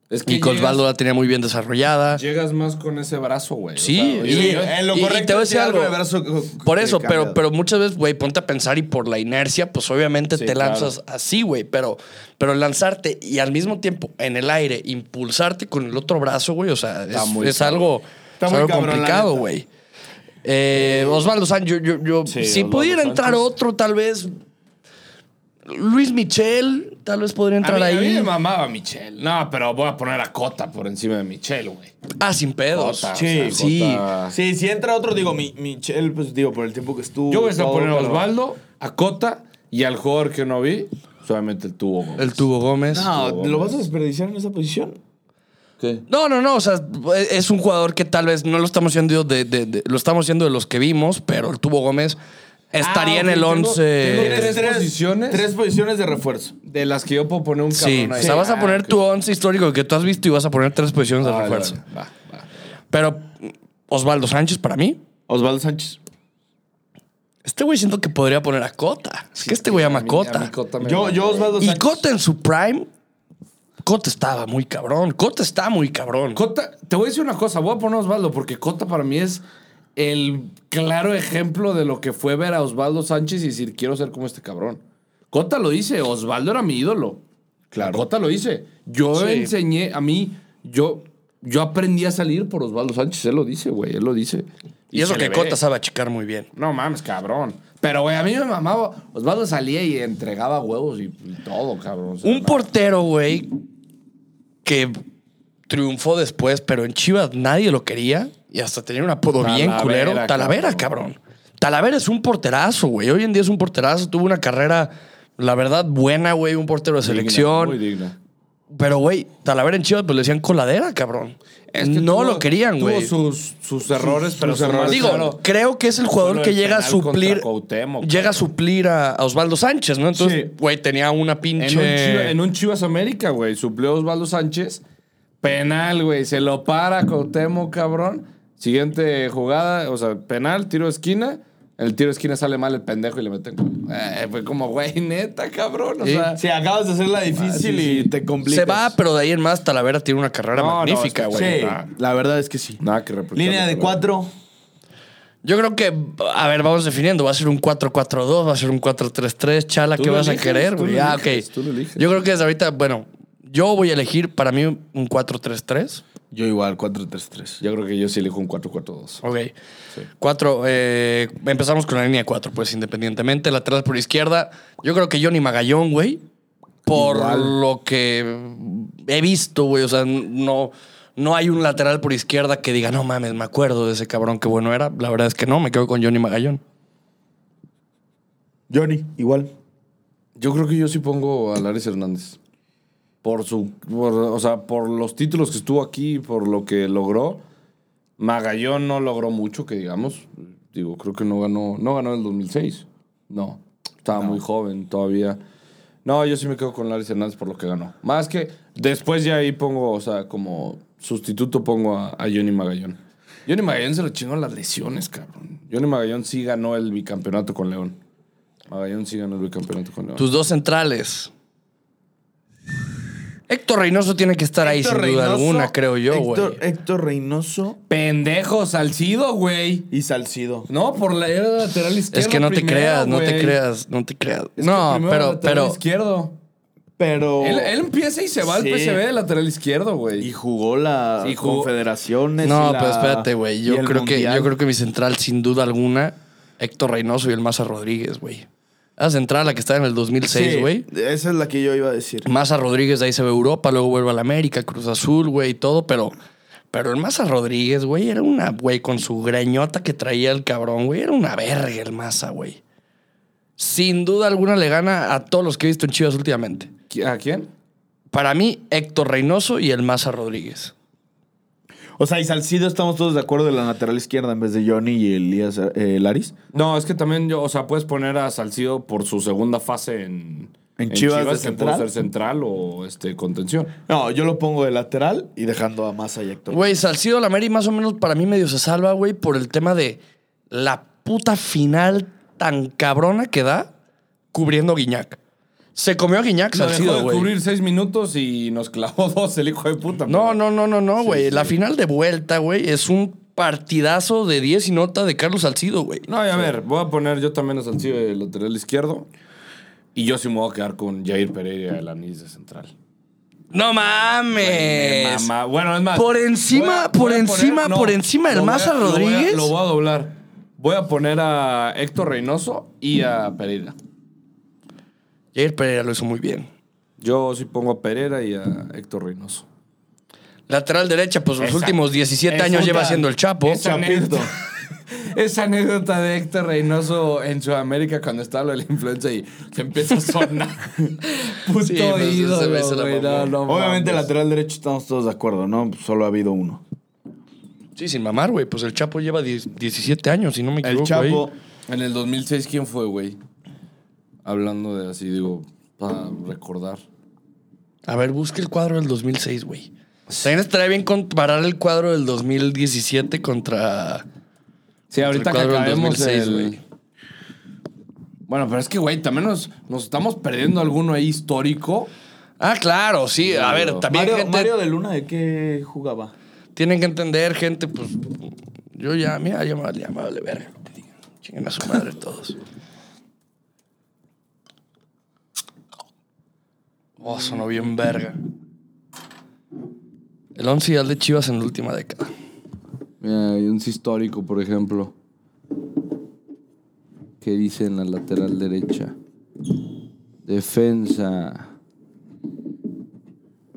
S2: Es
S3: Y
S2: llegas-
S3: Osvaldo la tenía muy bien desarrollada.
S2: Llegas más con ese brazo, güey.
S3: Sí,
S2: O sea,
S3: y-
S2: yo-
S1: Sí,
S2: yo-
S1: eh, lo
S3: y- y
S1: correcto
S3: te voy a
S1: es
S3: decir
S1: tirar
S3: algo.
S1: de brazo co- co-
S3: Por eso,
S1: eh,
S3: pero,
S1: cambiado.
S3: pero muchas veces, güey, ponte a pensar y por la inercia, pues obviamente
S2: Sí,
S3: te
S2: claro.
S3: lanzas así, güey, pero, pero lanzarte y al mismo tiempo en el aire, impulsarte con el otro brazo, güey, o sea, es,
S2: Está muy
S3: es
S2: cabrón.
S3: algo,
S1: Está
S3: es
S1: muy
S3: algo
S1: cabrón, la
S3: complicado,
S1: neta.
S3: güey. Eh, Osvaldo Sánchez, yo, yo- yo-
S2: Sí,
S3: si
S2: Osvaldo
S3: pudiera entrar
S2: Sánchez.
S3: otro, tal vez. Luis Michel, tal vez podría
S2: A
S3: entrar
S2: mí, a mí
S3: ahí.
S2: me mamaba Michelle. No, pero voy a poner a Cota por encima de Michelle, güey.
S3: ah, sin pedos.
S2: Cota,
S1: sí,
S2: o sea,
S3: sí.
S2: Cota.
S1: Sí, si entra otro, digo, mi, Michel, pues digo, por el tiempo que estuvo.
S2: Yo voy a
S1: todo,
S2: poner a
S1: pero-
S2: Osvaldo, a Cota y al jugador que no vi, solamente el tubo. güey.
S3: El tubo Gómez.
S1: No, ¿lo vas a desperdiciar en esa posición?
S2: ¿Qué?
S3: No, no, no. O sea, es un jugador que tal vez no lo estamos haciendo de, de- de- lo estamos haciendo de los que vimos, pero el Tubo Gómez estaría
S2: Ah,
S3: en
S2: ok,
S3: el
S2: tengo- tengo
S3: 11.
S2: tres posiciones.
S1: Tres posiciones de refuerzo.
S2: De las que yo puedo poner un
S3: Sí,
S2: cabrón
S3: o
S2: ahí.
S3: sea, vas a
S2: Ah,
S3: poner
S2: ok.
S3: tu 11 histórico que tú has visto y vas a poner tres posiciones de
S2: Ah, vale,
S3: refuerzo.
S2: vale, va, va.
S3: Pero Osvaldo Sánchez, para mí,
S1: Osvaldo Sánchez.
S3: este güey siento que podría poner a Cota. Es que este güey ama
S2: A mí-
S3: Cota.
S2: a mí me
S1: Yo,
S2: mama,
S1: yo
S2: güey.
S1: Osvaldo
S3: Y
S1: Sánchez.
S3: Cota en su prime, Cota estaba muy cabrón. Cota está muy cabrón.
S2: Cota, te voy a decir una cosa, voy a poner a Osvaldo, porque Cota para mí es el claro ejemplo de lo que fue ver a Osvaldo Sánchez y decir, quiero ser como este cabrón. Cota lo dice, Osvaldo era mi ídolo. Claro. Cota lo dice. Yo
S3: Sí.
S2: enseñé, a mí, yo, yo aprendí a salir por Osvaldo Sánchez, él lo dice, güey, él lo dice.
S3: y eso
S2: se
S3: que
S2: le
S3: Cota
S2: ve.
S3: sabe achicar muy bien.
S2: No mames, cabrón. Pero, güey, a mí me mamaba. Osvaldo salía y entregaba huevos y, y todo, cabrón. O sea,
S3: Un
S2: no.
S3: portero, güey, que triunfó después, pero en Chivas nadie lo quería y hasta tenía un apodo bien
S2: Talavera,
S3: culero. Talavera,
S2: cabrón.
S3: cabrón. Talavera es un porterazo, güey. Hoy en día es un porterazo. Tuvo una carrera, la verdad, buena, güey. Un portero de
S2: Digna,
S3: selección.
S2: Muy digna.
S3: Pero, güey, Talavera en Chivas, pues le decían coladera, cabrón.
S2: Es que
S3: no
S2: tuvo-
S3: lo querían, güey.
S2: Tuvo sus, sus errores, pero
S1: sus
S2: su
S1: errores.
S2: marca-
S3: Digo,
S2: Claro.
S3: creo que es el jugador
S2: Solo
S3: que
S2: el
S3: llega a
S2: penal contra
S3: suplir.
S2: Cuauhtémoc,
S3: Llega a
S2: cabrón.
S3: suplir a, a Osvaldo Sánchez, ¿no? Entonces,
S2: Sí.
S3: güey, tenía una
S2: en, un
S3: pinche.
S2: Chivas, en un Chivas América, güey, suplió a Osvaldo Sánchez. Penal, güey, se lo para Cuauhtémoc, cabrón. Siguiente jugada, o sea, penal, tiro de esquina. El tiro de esquina sale mal el pendejo y le meten. gol. Eh, fue como, güey, neta, cabrón. O
S3: Sí.
S2: sea,
S1: Si acabas de hacerla difícil
S2: sí,
S1: y te complicas.
S3: Se va, pero de ahí en más Talavera tiene una carrera
S2: No, no,
S3: magnífica,
S2: es que-
S3: güey.
S1: Sí,
S2: Ah.
S1: la verdad es que sí.
S2: nada que reprochar.
S1: Línea de cuatro.
S3: Yo creo que, a ver, vamos definiendo. Va a ser un 4-4-2, va a ser un 4-3-3. Chala,
S2: Tú
S3: ¿qué
S2: lo
S3: vas
S2: eliges,
S3: a querer,
S2: tú lo
S3: güey? Ah, ok.
S2: eliges, tú lo eliges.
S3: Yo creo que desde ahorita, bueno, yo voy a elegir para mí un 4-3-3.
S1: Yo igual, 4-3-3.
S2: Yo creo que yo sí elijo un 4-4-2.
S3: Ok. Cuatro, eh, empezamos con la línea 4, pues independientemente. Lateral por izquierda. Yo creo que Johnny Magallón, güey. Por
S2: Igual.
S3: lo que he visto, güey. O sea, no, no hay un lateral por izquierda que diga, no mames, me acuerdo de ese cabrón que bueno era. La verdad es que no, me quedo con Johnny Magallón.
S1: Johnny, igual.
S2: Yo creo que yo sí pongo a Laris Hernández. Por su. por- o sea, por los títulos que estuvo aquí, por lo que logró. Magallón no logró mucho, que digamos. Digo, creo que no ganó. No ganó en el 2006. No. Estaba muy joven todavía. No, yo sí me quedo con Laris Hernández por lo que ganó. Más que. Después ya ahí pongo, o sea, como sustituto pongo a, a Johnny Magallón. Johnny Magallón se lo chingó las lesiones, cabrón. Johnny Magallón sí ganó el bicampeonato con León. Magallón sí ganó el bicampeonato con León.
S3: Tus dos centrales. Héctor Reynoso tiene que estar ahí, sin
S1: Héctor
S3: duda
S1: Reynoso-
S3: alguna, creo yo, güey.
S1: Héctor, Héctor Reynoso
S2: Pendejo, Salcido, güey.
S1: y Salcido.
S2: No, por la era lateral izquierdo.
S3: Es que no te
S2: primero,
S3: creas, no te
S2: güey.
S3: creas, no te creas.
S2: Es que
S3: no,
S2: primero
S3: pero,
S2: lateral
S3: pero.
S2: izquierdo.
S1: Pero.
S2: Él, él
S3: em-
S2: empieza y se va al
S1: Sí.
S2: PCB de lateral izquierdo,
S1: Y
S2: güey.
S1: jugó la
S2: Sí, jugó.
S1: Confederaciones.
S3: No,
S1: y la-
S3: pero espérate, güey. Yo
S1: y el
S3: creo que
S1: Mundial.
S3: yo creo que mi central, sin duda alguna, Héctor Reynoso y el Maza Rodríguez, güey. La central, la que estaba en el 2006,
S1: Sí,
S3: güey.
S1: Esa es la que yo iba a decir.
S3: Maza Rodríguez de ahí se ve Europa, luego vuelve a la América, Cruz Azul, güey, y todo, pero. Pero el Maza Rodríguez, güey, era una, güey, con su greñota que traía el cabrón, güey, era una verga el Maza, güey. Sin duda alguna le gana a todos los que he visto en Chivas últimamente.
S2: ¿A quién?
S3: Para mí, Héctor Reynoso y el Maza Rodríguez.
S1: O sea, y Salcido estamos todos de acuerdo de la lateral izquierda en vez de Johnny y Elías eh, Laris.
S2: No, es que también yo, o sea, puedes poner a Salcido por su segunda fase en,
S1: En Chivas de
S2: que puede
S1: central.
S2: ser central o este contención.
S1: No, yo lo pongo de lateral y dejando a Massa y Héctor.
S3: Güey, Salcido la Mary más o menos para mí medio se salva, güey, por el tema de la puta final tan cabrona que da cubriendo a Guiñac. Se comió a Guiñac
S2: Lo dejó
S3: Salcido,
S2: de
S3: güey.
S2: cubrir seis minutos y nos clavó [LAUGHS] dos el hijo de puta.
S3: No,
S2: pero-
S3: no, no, no, no,
S2: Sí,
S3: güey. La
S2: sí.
S3: final de vuelta, güey, es un partidazo de 10 y nota de Carlos Salcido, güey.
S2: No, y a ver, voy a poner yo también a Salcido de lateral izquierdo. Y yo sí me voy a quedar con Jair Pereira el anís de central.
S3: ¡No
S2: Me
S3: mames!
S2: mama. Bueno, es más.
S3: Por encima, por encima, por encima del
S2: lo voy a-
S3: Maza
S2: lo voy a-
S3: Rodríguez.
S2: Lo voy, a, doblar. Voy a poner a Héctor Reynoso y a Pereira.
S3: Jair Pereira lo hizo muy bien.
S2: Yo sí pongo a Pereira y a Héctor Reynoso.
S3: Lateral derecha, pues los
S2: Esa-
S3: últimos 17
S2: esa-
S3: años lleva siendo el Chapo.
S2: esa anécdota- Esa anécdota de Héctor Reynoso en Sudamérica cuando estaba lo de la influenza y se empieza a
S3: [LAUGHS]
S2: sonar. Puto
S3: Sí, pues, ese
S2: ídolo,
S3: güey se la
S2: güey, no,
S3: mamó.
S2: no
S1: Obviamente,
S2: mames.
S1: lateral derecho estamos todos de acuerdo, ¿no? Solo ha habido uno.
S3: Sí, sin mamar, güey. Pues el Chapo lleva 10 17 años, si no me equivoco.
S1: El Chapo.
S3: ahí.
S2: En el 2006, ¿quién fue, güey? Hablando de así, digo, para recordar.
S3: A ver, busca el cuadro del 2006, güey. También estaría bien comparar el cuadro del 2017 contra...
S2: Sí,
S3: ahorita
S2: ahorita
S3: que
S2: que
S3: acabemos
S2: acabemos
S3: el-
S2: Bueno, pero es que, güey, también nos, nos estamos perdiendo alguno ahí histórico.
S3: Ah, claro, sí. A ver, también
S1: Mario,
S3: gente-
S1: Mario de Luna, ¿de qué jugaba?
S3: tienen que entender, gente, pues... Yo ya, mira, ya me vale, ya me vale verga. Chinguen a su [LAUGHS] madre todos. Oh, sonó bien verga. El 11 ideal de Chivas en la última década.
S2: Mira, hay un histórico, por ejemplo. Que dice en la lateral derecha. Defensa.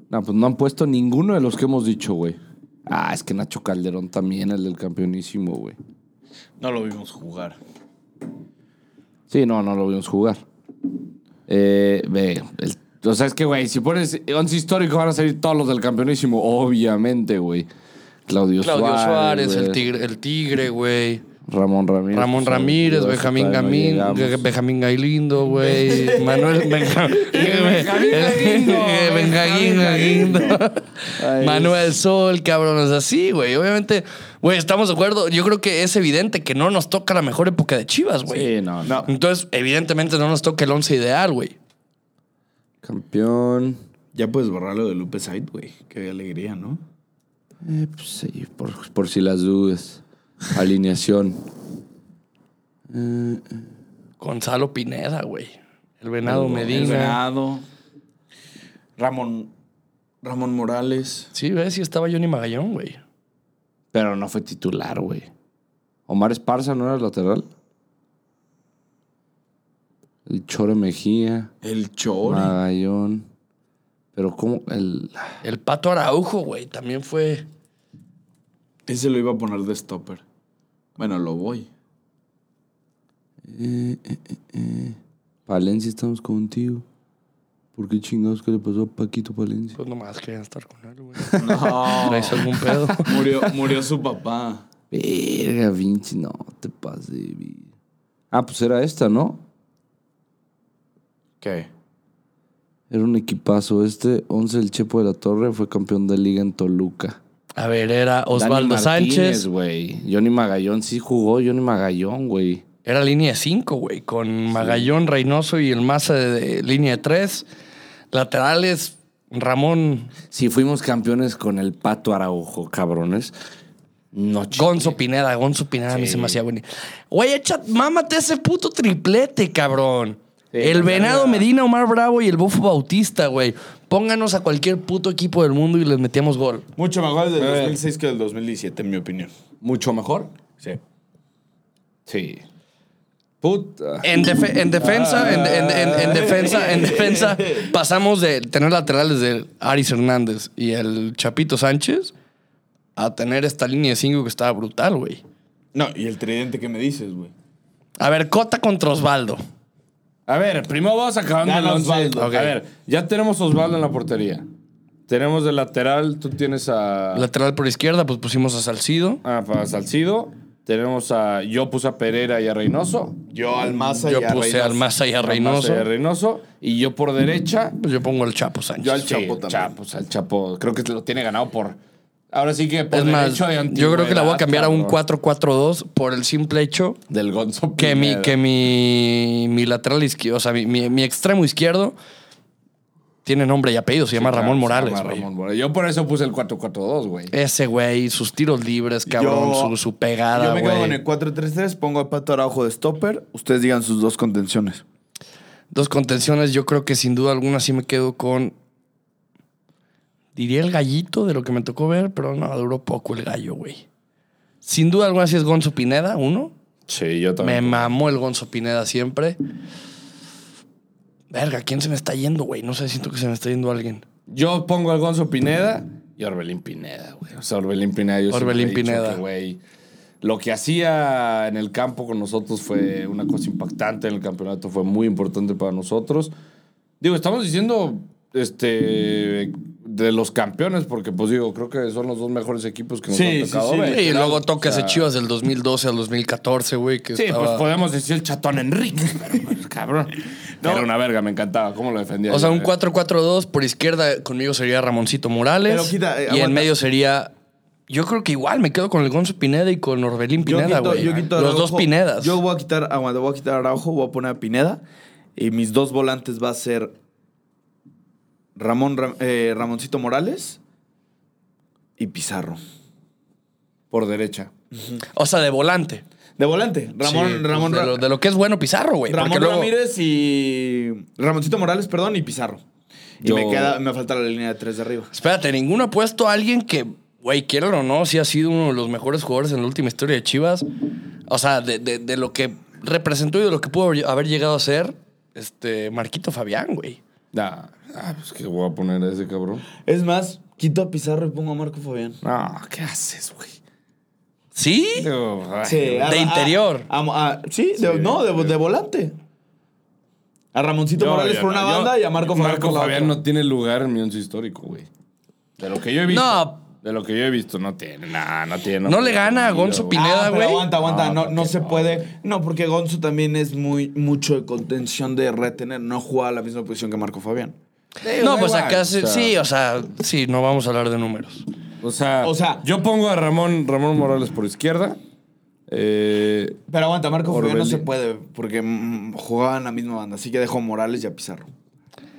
S2: No, pues no han puesto ninguno de los que hemos dicho, güey. Ah, es que Nacho Calderón también, el del campeonísimo, güey.
S1: No lo vimos jugar.
S2: Sí, no, no lo vimos jugar. Eh, ve, el- o sea, es que, güey, si pones 11 histórico van a salir todos los del campeonísimo, obviamente, güey. Claudio,
S3: Claudio
S2: Suárez.
S3: Suárez, el
S2: güey.
S3: Tigre, el Tigre, güey.
S2: Ramón Ramírez.
S3: Ramón
S2: pues,
S3: Ramírez,
S2: olvidó,
S3: Benjamín
S2: todavía no
S3: Gamín,
S2: llegamos.
S3: Ge- Benjamín Gailindo,
S2: [LAUGHS]
S3: güey. Manuel Benja- [LAUGHS]
S2: Benjamín Galindo,
S3: Benjamín
S2: Benjamín
S3: Galindo.
S2: [LAUGHS]
S3: Manuel Sol, cabrón, es así, güey. Obviamente, güey, estamos de acuerdo. Yo creo que es evidente que no nos toca la mejor época de Chivas, güey.
S2: Sí, no, no.
S1: No.
S3: Entonces, evidentemente no nos toca el once ideal, güey.
S2: Campeón.
S1: Ya puedes borrar lo de Lupe Side, güey. Qué alegría, ¿no?
S2: Eh, pues sí, por, por si las dudas. Alineación.
S3: Gonzalo Pineda, güey. El Venado Medina.
S1: El Venado. Ramón. Ramón Morales.
S3: Sí, ves, sí estaba Johnny Magallón, güey.
S2: Pero no fue titular, güey. Omar Esparza no era lateral. El Chore Mejía.
S1: El Chori.
S3: Ah.
S2: Magallón. Pero cómo el
S3: El Pato Araujo, güey, también fue...
S1: Ese lo iba a poner de stopper. [LAUGHS] Bueno, lo voy.
S6: Palencia, estamos contigo. ¿Por qué chingados que le pasó a Paquito Palencia?
S3: Pues nomás querían estar con él, güey. [LAUGHS] ¿Traes algún pedo?
S1: [LAUGHS] Murió, murió su papá.
S6: Verga, Vinci, no te pases de vida. Ah, pues era esta, ¿no?
S1: ¿Qué?
S6: Era un equipazo. Este 11, el Chepo de la Torre, fue campeón de liga en Toluca.
S3: A ver, era Osvaldo
S6: Dani Martínez,
S3: Sánchez.
S6: güey. Johnny Magallón sí jugó, Johnny Magallón, güey.
S3: Era línea 5, güey, con Magallón, Reynoso y el Maza de, de línea 3. Laterales, Ramón,
S6: Sí, fuimos campeones con el Pato Araujo, cabrones. No chingue.
S3: Gonzo Pineda. Gonzo Pineda a mí se me hacía bueno. Güey, echa, mámate ese puto triplete, cabrón. el Venado Medina, Omar Bravo y el Bofo Bautista, güey. Pónganos a cualquier puto equipo del mundo y les metíamos gol.
S1: Mucho mejor el del 2006 que el del 2017, en mi opinión.
S2: ¿Mucho mejor?
S1: Sí.
S2: Sí. Puta.
S3: En, defe- en defensa,
S2: Ah.
S3: en, en- en- en defensa,
S2: [LAUGHS]
S3: en defensa, pasamos de tener laterales de Aris Hernández y el Chapito Sánchez a tener esta línea de 5 que estaba brutal, güey.
S1: No, y el tridente que me dices, güey.
S3: A ver, Cota contra Osvaldo.
S2: A ver, primero vamos acabando el
S1: Dale,
S2: once.
S1: Osvaldo.
S2: A ver, ya tenemos Osvaldo en la portería. Tenemos de lateral, tú tienes a.
S3: Lateral por izquierda, pues pusimos a Salcido.
S2: Ah, para Salcido. Tenemos a. Yo puse a Pereira y a Reynoso.
S1: Yo al Maza
S3: Yo
S1: y a
S3: puse
S1: Reynoso.
S3: al Maza y a
S2: Maza
S3: Reynoso.
S2: y a Reynoso. Y yo por derecha.
S3: Pues yo pongo al Chapo Sánchez.
S2: Yo al Chapo también. Chapo, o sea, el Chapo. Creo que lo tiene ganado por. Ahora sí que por
S3: es más,
S2: derecho de
S3: yo creo que la voy a
S2: antigüedad,
S3: cambiar a un
S2: cabrón.
S3: 4-4-2 por el simple hecho
S2: Del
S3: [LAUGHS]
S2: Gonzo
S3: que mi,
S2: Pineda.
S3: que mi, mi lateral izquierdo, o sea, mi, mi- mi extremo izquierdo tiene nombre y apellido, se llama Ramón
S2: Se llama
S3: Morales. güey.
S2: Ramón Morales. Yo por eso puse el 4-4-2, güey.
S3: Ese güey, sus tiros libres, cabrón,
S5: Yo-
S3: su, su
S5: Yo
S3: pegada,
S5: me quedo con
S3: güey.
S5: el 4-3-3, pongo a Pato Araujo de stopper. Ustedes digan sus dos contenciones.
S3: Dos contenciones, yo creo que sin duda alguna sí me quedo con. Diría el gallito de lo que me tocó ver, pero no, duró poco el gallo, güey. Sin duda alguna sí es Gonzo Pineda, uno.
S2: Sí, yo
S3: Me mamó el Gonzo Pineda siempre. Verga, ¿quién se me está yendo, güey? No sé, siento que se me está yendo alguien.
S2: Yo pongo al Gonzo Pineda y Orbelín Pineda, güey. O sea, Orbelín Pineda, yo siempre
S3: Orbelín
S2: he dicho
S3: Pineda.
S2: que, güey, lo que hacía en el campo con nosotros fue una cosa impactante en el campeonato, fue muy importante para nosotros. Digo, estamos diciendo este de los campeones, porque pues digo, creo que son los dos mejores equipos que nos
S1: Sí,
S2: han
S1: sí,
S2: tocado
S1: sí.
S2: ver.
S3: Sí, y luego toca
S2: o sea-
S3: ese Chivas del 2012 al 2014, güey. Que
S2: Sí,
S3: estaba-
S2: pues podemos decir el chatón Enrique, [LAUGHS] pero, pues, cabrón. Era una verga, me encantaba cómo lo defendía.
S3: O sea, un
S2: Eh.
S3: 4-4-2. Por izquierda conmigo sería Ramoncito Morales.
S5: Pero quita, eh,
S3: y
S5: aguanta.
S3: en medio sería. Yo creo que igual me quedo con el Gonzo Pineda y con Orbelín Pineda,
S5: quito-
S3: güey. Los
S5: quito
S3: dos
S5: Araujo.
S3: Pinedas.
S5: Yo voy a quitar, aguanta, voy a quitar a Araujo, voy a poner a Pineda. Y mis dos volantes va a ser Ramón, Ram- eh, Ramoncito Morales y Pizarro.
S2: por derecha.
S3: O sea, de volante.
S5: De volante, Ramón,
S3: Sí, pues,
S5: Ramón,
S3: de,
S5: Ra-
S3: lo, de lo que es bueno Pizarro, güey.
S5: Ramón
S3: porque luego-
S5: Ramírez y. Ramoncito Morales, perdón, y Pizarro. Y
S2: Yo-
S5: me queda, me falta la línea de tres de arriba.
S3: Espérate, ninguno ha puesto a alguien que, güey, quieran o no, sí ha sido uno de los mejores jugadores en la última historia de Chivas. O sea, de, de- de lo que representó y de lo que pudo haber- haber llegado a ser este Marquito Fabián, güey.
S2: Nah, ah, pues que voy a poner a ese cabrón.
S5: Es más, quito a Pizarro y pongo a Marco Fabián.
S2: No, ¿qué haces, güey?
S3: ¿Sí?
S2: Digo, ay,
S5: Sí, a-
S3: De
S5: a-
S3: interior.
S5: a- a- sí, de- no, de, de volante. A Ramoncito
S2: yo-
S5: Morales
S2: yo
S5: por
S2: no,
S5: una
S2: yo-
S5: banda y a Marco Fabián.
S2: Marco
S5: por la
S2: Fabián
S5: otra.
S2: no tiene lugar en mi once histórico, güey. De lo que yo he visto.
S3: No.
S2: De lo que yo he visto, no tiene. Nah, no tiene.
S3: No le gana a Gonzo
S2: güey.
S3: Pineda.
S5: Ah, pero
S3: güey.
S5: aguanta, aguanta.
S2: No,
S5: No,
S2: porque
S5: no se
S2: no,
S5: puede. No, porque Gonzo también es muy mucho de contención de retener. No juega a la misma posición que Marco Fabián.
S3: No,
S2: da
S3: pues
S2: igual,
S3: acá
S2: o
S3: sí,
S2: sea.
S3: sí, o sea, sí, no vamos a hablar de números.
S2: O sea,
S5: O sea-
S2: yo pongo a Ramón, Ramón Morales por izquierda. Eh,
S5: Pero aguanta, Marco Fabián no
S2: Orbelín.
S5: se puede porque mm, jugaban en la misma banda. Así que dejo a Morales y a Pizarro.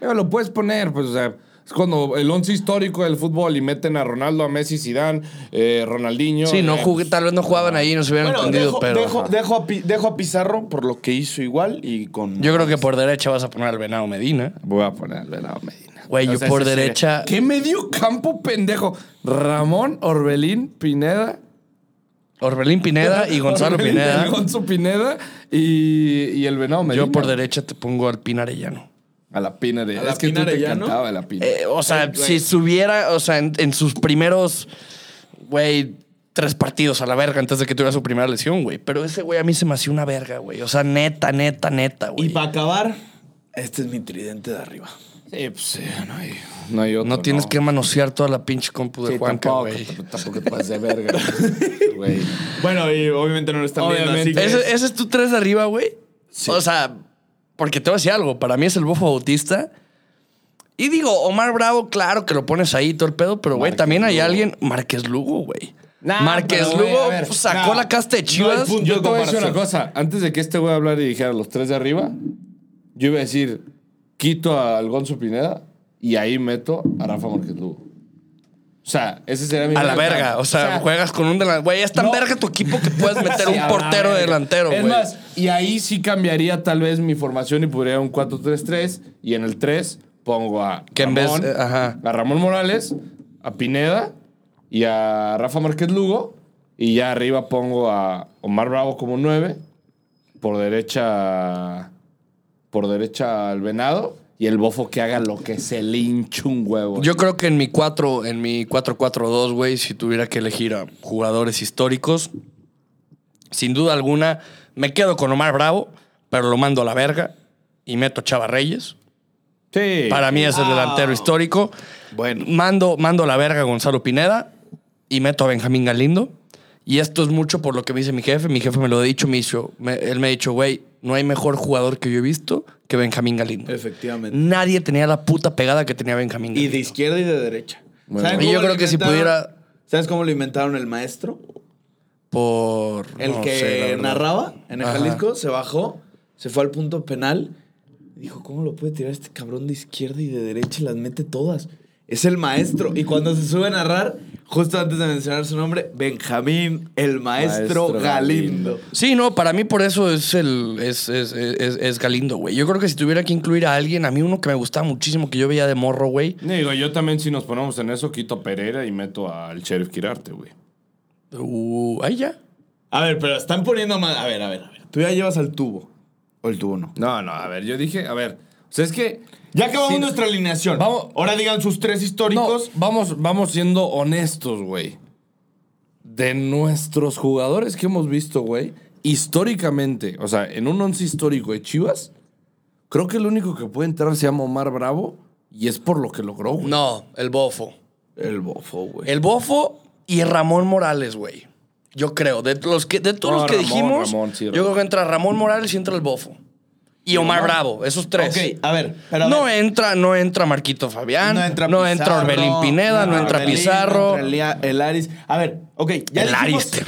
S2: Pero lo puedes poner, pues, o sea, es cuando el once histórico del fútbol y meten a Ronaldo, a Messi, Zidane, eh, Ronaldinho.
S3: Sí, no
S2: eh,
S3: jugué, tal vez no jugaban ahí, no se hubieran
S5: Bueno,
S3: entendido,
S5: dejo,
S3: pero.
S5: dejo-
S3: ajá.
S5: dejo a Pi- dejo a Pizarro por lo que hizo igual y con.
S3: Yo creo que por derecha vas a poner al Venado Medina.
S2: pues, Voy a poner al Venado Medina.
S3: Güey, yo por
S2: sí, sí.
S3: derecha-
S2: ¿Qué medio campo pendejo? Ramón, Orbelín, Pineda.
S3: Orbelín Pineda y Gonzalo
S2: Orbelín,
S3: Pineda.
S2: el Gonzo Pineda y, y el Venado Medina.
S3: Yo por derecha te pongo al Pin Arellano.
S2: A la Pina
S5: ¿A
S2: Arellano.
S5: la
S2: Es que
S5: Pina
S2: tú te
S5: Arellano?
S2: encantaba la Pina.
S3: Eh, o sea, si subiera, o sea, en, en sus primeros, güey, tres partidos a la verga antes de que tuviera su primera lesión, güey. Pero ese güey a mí se me hacía una verga, güey. O sea, neta, neta, neta,
S5: Y
S3: güey.
S5: para acabar, Este es mi tridente de arriba.
S2: Sí, pues sí, no hay, no hay otro.
S3: No tienes que manosear toda la pinche compu de
S2: Sí,
S3: Juanca,
S2: tampoco,
S3: güey.
S2: tamp- tampoco te pases de
S3: [LAUGHS]
S2: verga. Güey.
S1: Bueno, y obviamente no lo están viendo
S2: Obviamente.
S1: así.
S3: ¿Ese, ese es tu tres de arriba, güey? O sea, porque te voy a decir algo. Para mí es el bofo bautista. Y digo, Omar Bravo, claro que lo pones ahí todo el pedo, pero güey, también hay alguien. Márquez Lugo, güey.
S2: Nah,
S3: Márquez
S2: pero, güey,
S3: Lugo
S2: a ver,
S3: pues, sacó
S1: nah,
S3: la casta de
S1: no hay
S3: Chivas.
S1: punto.
S2: Yo te voy a decir una
S1: comparación.
S2: cosa. Antes de que este güey hablar y dijera los tres de arriba, yo iba a decir, quito a Alonso Pineda y ahí meto a Rafa Márquez Lugo. O sea, ese sería mi...
S3: a la verga. O sea, juegas con un delantero. Güey, es tan
S2: no.
S3: verga tu equipo que puedes meter
S2: [LAUGHS] Sí, a
S3: un
S2: la
S3: portero
S2: verga.
S3: delantero,
S2: Es
S3: güey.
S2: más, y ahí sí cambiaría tal vez mi formación y podría un 4-3-3. Y en el 3 pongo a
S3: Que en vez-
S2: Ramón,
S3: eh, ajá.
S2: a Ramón Morales, a Pineda y a Rafa Márquez Lugo. Y ya arriba pongo a Omar Bravo como 9. Por derecha. Por derecha al venado. Y el bofo que haga lo que se le hinche un huevo.
S3: Yo creo que en mi 4, en mi 4-4-2, güey, si tuviera que elegir a jugadores históricos, sin duda alguna, me quedo con Omar Bravo, pero lo mando a la verga y meto a Chava Reyes.
S2: sí.
S3: Para mí es el delantero histórico.
S5: Bueno.
S3: Mando, mando a la verga a Gonzalo Pineda y meto a Benjamín Galindo. Y esto es mucho por lo que me dice mi jefe. Mi jefe me lo ha dicho, me hizo- me- él me ha dicho, güey, no hay mejor jugador que yo he visto que Benjamín Galindo.
S5: Efectivamente.
S3: Nadie tenía la puta pegada que tenía Benjamín
S5: Y
S3: Galindo.
S5: de izquierda y de derecha. ¿Saben
S3: Y yo
S5: cómo lo
S3: creo que si
S5: inventaron?
S3: pudiera-
S5: ¿Sabes cómo lo inventaron el maestro?
S3: por
S5: El
S3: no
S5: que
S3: sé, la verdad.
S5: narraba en el
S3: Ajá.
S5: Jalisco se bajó, se fue al punto penal. Dijo, ¿cómo lo puede tirar este cabrón de izquierda y de derecha? y Las mete todas. Es el maestro. Y cuando se sube a narrar, justo antes de mencionar su nombre, Benjamín, el maestro,
S2: Maestro Galindo.
S5: Galindo.
S3: Sí, no, para mí por eso es el es, es- es- es Galindo, güey. Yo creo que si tuviera que incluir a alguien, a mí uno que me gustaba muchísimo que yo veía de morro, güey.
S2: Digo, yo también si nos ponemos en eso, quito a Pereira y meto al Sheriff Quirarte, güey.
S3: Uh, ahí ya.
S1: A ver, pero están poniendo más. A ver, a ver, a ver.
S5: Tú ya llevas al tubo. O el tubo no.
S2: No, no, a ver, yo dije, a ver. O sea, es que.
S1: Ya acabamos
S2: Sí.
S1: nuestra alineación.
S2: Vamos-
S1: Ahora digan sus tres
S2: No,
S1: históricos.
S2: vamos, vamos siendo honestos, güey. De nuestros jugadores que hemos visto, güey, históricamente, o sea, en un once histórico de Chivas, creo que el único que puede entrar se llama Omar Bravo y es por lo que logró, güey.
S3: No, el bofo.
S5: El bofo, güey.
S3: El bofo y Ramón Morales, güey. Yo creo. De los que, de todos
S2: No,
S3: los que
S2: Ramón,
S3: dijimos,
S2: Ramón, sí,
S3: yo
S2: Ramón.
S3: creo que entra Ramón Morales y entra el bofo. Y Omar Bravo, esos tres.
S5: Ok, a ver. Pero a
S3: No
S5: ver.
S3: entra, no entra Marquito Fabián, no entra,
S5: Pizarro,
S3: Orbelín Pineda, no, entra
S5: Orbelín,
S3: Pizarro.
S5: no entra Elia- el Aris. A ver, ok. Ya
S3: el
S5: dijimos-
S3: Aris. Te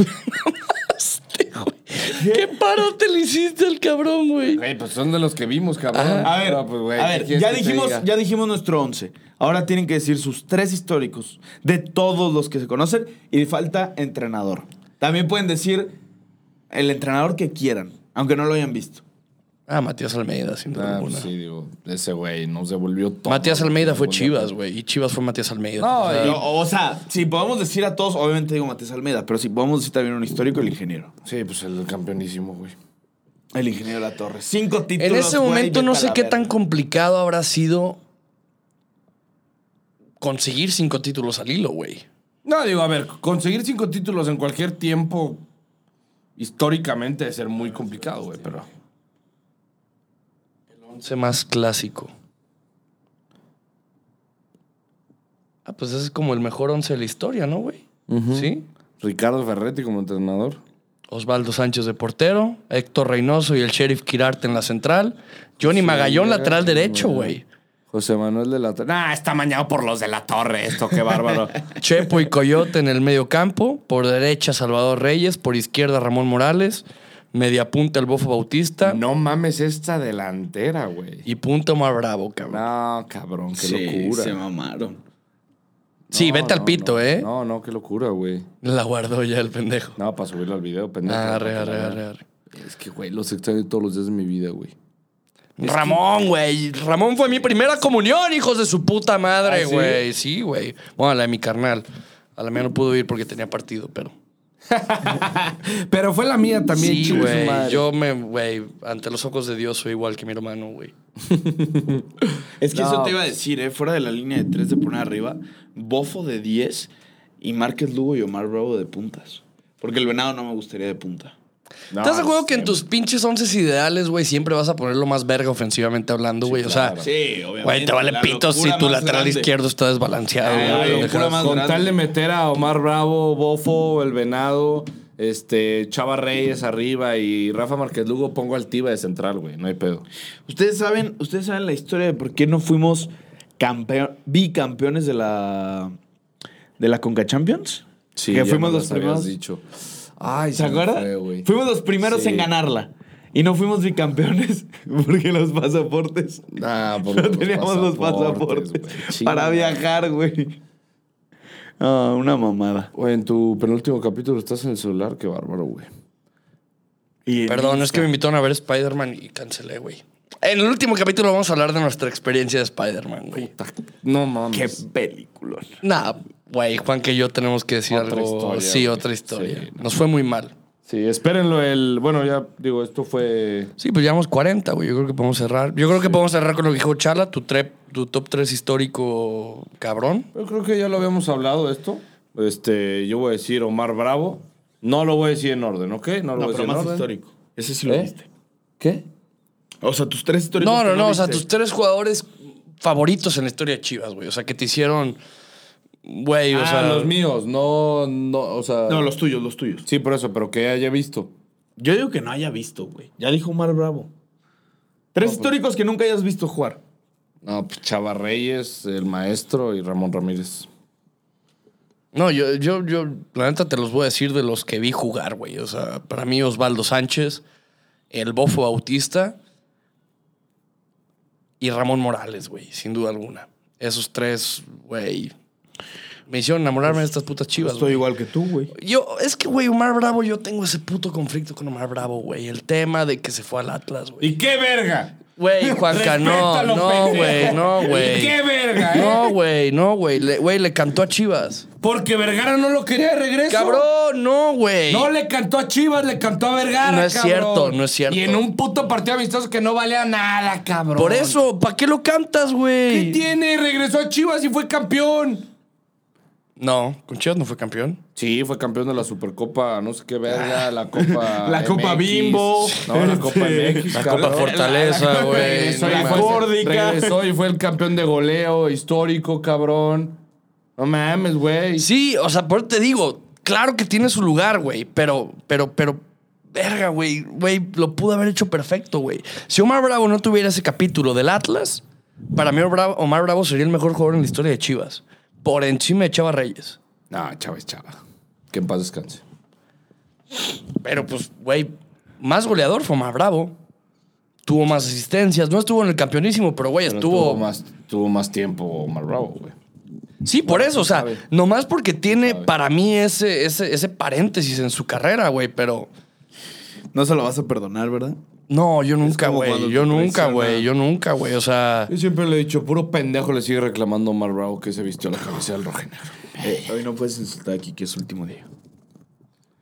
S3: mamaste, güey. ¿Qué paro te le hiciste al cabrón, güey?
S2: Güey, pues son de los que vimos, cabrón.
S1: A
S2: [LAUGHS]
S1: ver,
S2: Pero, pues, güey,
S1: a
S2: ¿qué
S1: ver
S2: quieres
S1: ya,
S2: que te
S1: dijimos,
S2: diga?
S1: ya dijimos nuestro once. Ahora tienen que decir sus tres históricos de todos los que se conocen y falta entrenador. También pueden decir el entrenador que quieran, aunque no lo hayan visto.
S3: Ah, Matías Almeida, sin duda
S2: Ah, pues
S3: alguna.
S2: sí, digo, ese güey no se volvió todo.
S3: Matías Almeida
S2: Se
S3: fue
S2: volvió
S3: Chivas, güey. Y Chivas fue Matías Almeida.
S2: No,
S3: O sea,
S2: y-
S1: Yo, o sea, si podemos decir a todos, obviamente digo Matías Almeida, pero si podemos decir también un histórico, el ingeniero.
S2: Sí, pues el campeonísimo, güey.
S1: El ingeniero La Torre. Cinco títulos.
S3: en ese
S1: güey,
S3: momento
S1: vete
S3: no
S1: a
S3: sé
S1: la
S3: qué
S1: verga.
S3: tan complicado habrá sido conseguir cinco títulos al hilo, güey.
S2: No, digo, a ver, conseguir cinco títulos en cualquier tiempo históricamente debe ser muy complicado, güey, pero...
S3: Once más clásico. Ah, pues ese es como el mejor once de la historia, ¿no, güey? Sí.
S2: Ricardo Ferretti como entrenador.
S3: Osvaldo Sánchez de portero, Héctor Reynoso y el Sheriff Quirarte en la central, Johnny Magallón
S2: Magallón,
S3: lateral derecho,
S2: güey.
S3: güey.
S2: José Manuel de la Torre. Nah, está mañado por los de la Torre esto, qué bárbaro.
S3: Chepo y Coyote en el medio campo, por derecha Salvador Reyes, por izquierda Ramón Morales, media punta el Bofo Bautista
S2: [LAUGHS] no mames esta delantera, güey.
S3: y punta Omar Bravo, cabrón.
S2: No, cabrón, qué
S5: Sí,
S2: locura.
S5: se mamaron.
S3: sí,
S2: No,
S3: vete al
S2: no,
S3: pito,
S2: no.
S3: ¿eh?
S2: No, no, qué locura, güey.
S3: La guardó ya el pendejo.
S2: No, para subirlo al video, pendejo.
S3: Arre, arre, arre, arre.
S2: Es que, güey, los extraño todos los días de mi vida, güey.
S3: Ramón, güey. Ramón fue mi primera comunión, hijos de su puta madre,
S2: ¿Ah, sí?
S3: güey. Sí, güey. Bueno, la de mi carnal. A la mía no pudo ir porque tenía partido, pero.
S2: Pero fue la mía también,
S3: sí,
S2: chingue su
S3: güey.
S2: madre.
S3: Yo me, güey, ante los ojos de Dios soy igual que mi hermano, güey.
S5: Es que
S2: No,
S5: eso te iba a decir, ¿eh? Fuera de la línea de tres de poner arriba, Bofo de 10 y Márquez Lugo y Omar Bravo de puntas. Porque el venado no me gustaría de punta.
S3: ¿Estás de acuerdo que en tus pinches once ideales, güey, siempre vas a poner lo más verga ofensivamente hablando, güey? o sea,
S1: Sí, obviamente.
S3: güey, te vale
S1: la
S3: pito si
S1: locura
S3: tu
S1: más
S3: lateral
S1: grande.
S3: izquierdo está desbalanceado.
S1: Ah,
S3: güey.
S1: la locura
S3: Dejas-
S1: más
S2: Con
S1: grande.
S2: tal de meter a Omar Bravo, Bofo, El Venado, este, Chava Reyes arriba y Rafa Márquez Lugo, pongo al Tiba de central, güey. No hay pedo.
S1: Ustedes saben, ustedes saben la historia de por qué no fuimos campeón, bicampeones de la de la Conca Champions. que
S2: ya
S1: fuimos
S2: me
S1: los
S2: las habías
S1: primeros.
S2: dicho. Ay,
S1: ¿Se acuerdan? fuimos los primeros en ganarla. Y no
S5: [LAUGHS]
S1: fuimos bicampeones porque los pasaportes.
S2: Ah, por
S1: [LAUGHS] No teníamos los pasaportes, para viajar, güey. Ah, una mamada.
S2: Güey, en tu penúltimo capítulo estás en el celular. Qué bárbaro, güey.
S1: Y-
S3: Perdón, es que me invitaron a ver Spider-Man y cancelé, güey. En el último capítulo vamos a hablar de nuestra experiencia de Spider-Man, güey.
S2: No mames.
S1: Qué película.
S3: Nah, güey, Juan que yo tenemos que decir
S2: Otra
S3: algo.
S2: historia,
S3: sí,
S2: güey.
S3: otra historia.
S2: Sí, no.
S3: Nos fue muy mal.
S2: Sí, espérenlo el... Bueno, ya digo, esto fue...
S3: Sí, pues llevamos 40, güey. Yo creo que podemos cerrar. Yo creo que podemos cerrar con lo que dijo Chala, tu, trep- tu top 3 histórico cabrón.
S2: Yo creo que ya lo habíamos hablado esto. Este, yo voy a decir Omar Bravo. No lo voy a decir en orden, ¿ok? No lo
S5: No,
S2: voy a decir
S5: pero
S2: en
S5: más
S2: orden.
S5: histórico. Ese sí lo
S2: ¿Eh?
S5: viste.
S2: ¿Qué?
S5: O sea, tus tres históricos.
S3: No,
S5: que
S3: no, no. O sea,
S5: viste.
S3: tus tres jugadores favoritos en la historia de Chivas, güey. O sea, que te hicieron, güey, o
S2: Ah,
S3: sea,
S2: los míos, no, no, o sea...
S5: No, los tuyos, los tuyos.
S2: Sí, por eso, pero que haya visto.
S5: Yo digo que no haya visto, güey. Ya dijo Omar Bravo.
S1: pues-
S5: Tres históricos que nunca hayas visto jugar.
S2: No, pues Chava Reyes, el maestro y Ramón Ramírez.
S3: No, yo, yo, yo, la neta te los voy a decir de los que vi jugar, güey. O sea, para mí Osvaldo Sánchez, el Bofo Bautista y Ramón Morales, güey, sin duda alguna. Esos tres, güey, me hicieron enamorarme
S2: Pues,
S3: de estas putas
S1: Pues
S3: chivas,
S5: Estoy
S3: güey.
S5: igual que tú, güey.
S3: Yo, es que, güey, Omar Bravo, yo tengo ese puto conflicto con Omar Bravo, güey. El tema de que se fue al Atlas, güey.
S2: ¡Y qué verga!
S3: Güey, Juanca, no,
S2: Respétalo,
S3: no,
S2: pendejo.
S3: güey, no,
S2: ¿Y
S3: güey.
S2: qué verga, eh?
S3: No, güey, no, güey. Le- Güey, le cantó a Chivas.
S2: Porque Vergara no lo quería de regreso.
S3: Cabrón, no, güey.
S2: No le cantó a Chivas, le cantó a Vergara.
S3: No es
S2: cabrón.
S3: cierto, no es cierto.
S2: Y en un puto partido amistoso que no valía nada, cabrón.
S3: Por eso, ¿para qué lo cantas,
S2: ¿Qué
S3: güey?
S2: tiene? Regresó a Chivas y fue campeón.
S3: No, con Chivas no fue campeón.
S2: Sí, fue campeón de la Supercopa, no sé qué verga, la Copa.
S5: La Copa
S2: MX.
S5: Bimbo.
S2: No, la Copa
S5: Este,
S2: MX.
S3: La
S2: cabrón.
S3: Copa Fortaleza,
S2: [LAUGHS]
S3: güey.
S2: Regresó,
S3: no
S2: y
S3: mames.
S2: fue-
S5: Córdica.
S2: regresó y fue el campeón de goleo histórico, cabrón. No mames, güey.
S3: Sí, o sea, por eso te digo, claro que tiene su lugar, güey, pero, pero, pero, verga, güey, güey, lo pudo haber hecho perfecto, güey. Si Omar Bravo no tuviera ese capítulo del Atlas, para mí Omar Bravo- Omar Bravo sería el mejor jugador en la historia de Chivas, por encima de Chava Reyes.
S2: No, Chava es Chava. Que en paz descanse.
S3: Pero pues, güey, más goleador fue Omar Bravo. Tuvo más asistencias, no estuvo en el campeonísimo, pero güey,
S2: Pero
S3: estuvo,
S2: tuvo más, tuvo más tiempo Omar Bravo, güey.
S3: Sí, por eso, o sea,
S2: sabe.
S3: nomás porque tiene
S2: sabe.
S3: para mí ese, ese, ese paréntesis en su carrera, güey, pero
S5: No se lo vas a perdonar, ¿verdad?
S3: no, yo nunca,
S5: como
S3: güey,
S5: cuando
S3: yo
S5: te
S3: nunca,
S5: traiciona.
S3: güey, yo nunca, güey, o sea,
S2: Yo siempre le he dicho, puro pendejo le sigue reclamando a Omar Bravo que se vistió la camisa del rojinegro.
S5: Eh, hoy no puedes insultar aquí, que es su último día.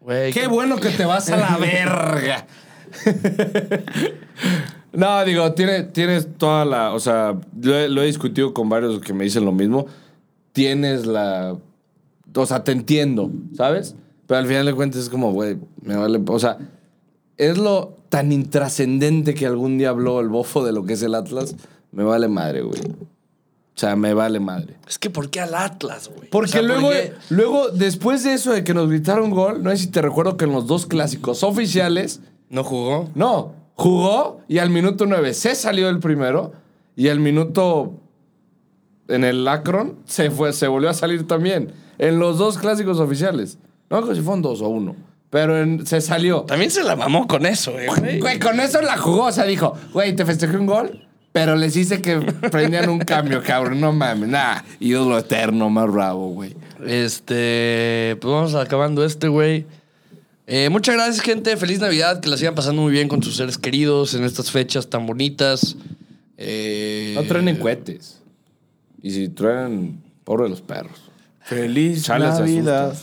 S3: güey.
S2: Qué
S3: que-
S2: bueno que te vas a la [LAUGHS] verga. no, digo, tiene, tienes toda la. O sea, lo he, lo he discutido con varios que me dicen lo mismo. Tienes la. O sea, te entiendo, ¿sabes? Pero al final de cuentas es como, güey, me vale. O sea, es lo tan intrascendente que algún día habló el bofo de lo que es el Atlas. Me vale madre, güey. O sea, me vale madre.
S3: Es que ¿por qué al Atlas, güey?
S2: Porque
S3: O sea,
S2: luego,
S3: qué?
S2: luego, después de eso de que nos gritaron gol, no sé si te recuerdo que en los dos clásicos oficiales,
S3: no jugó.
S2: no, jugó y al minuto 9 se salió el primero y al minuto en el Akron se fue, se volvió a salir también. En los dos clásicos oficiales. No creo si fueron dos o uno, pero en- se salió.
S3: También se la mamó con eso, eh, güey.
S2: Güey, con eso la jugó, o sea, dijo, güey, te festejé un gol, pero les hice que prendían un cambio, cabrón, no mames, nada. Ídolo eterno, más bravo, güey.
S3: Este, pues vamos acabando este, güey. Eh, muchas gracias, gente. Feliz Navidad. Que la sigan pasando muy bien con sus seres queridos en estas fechas tan bonitas. Eh,
S2: No truenen cohetes. Y si truenan, pobre de los perros.
S1: Feliz
S2: Chale, se
S1: Navidad.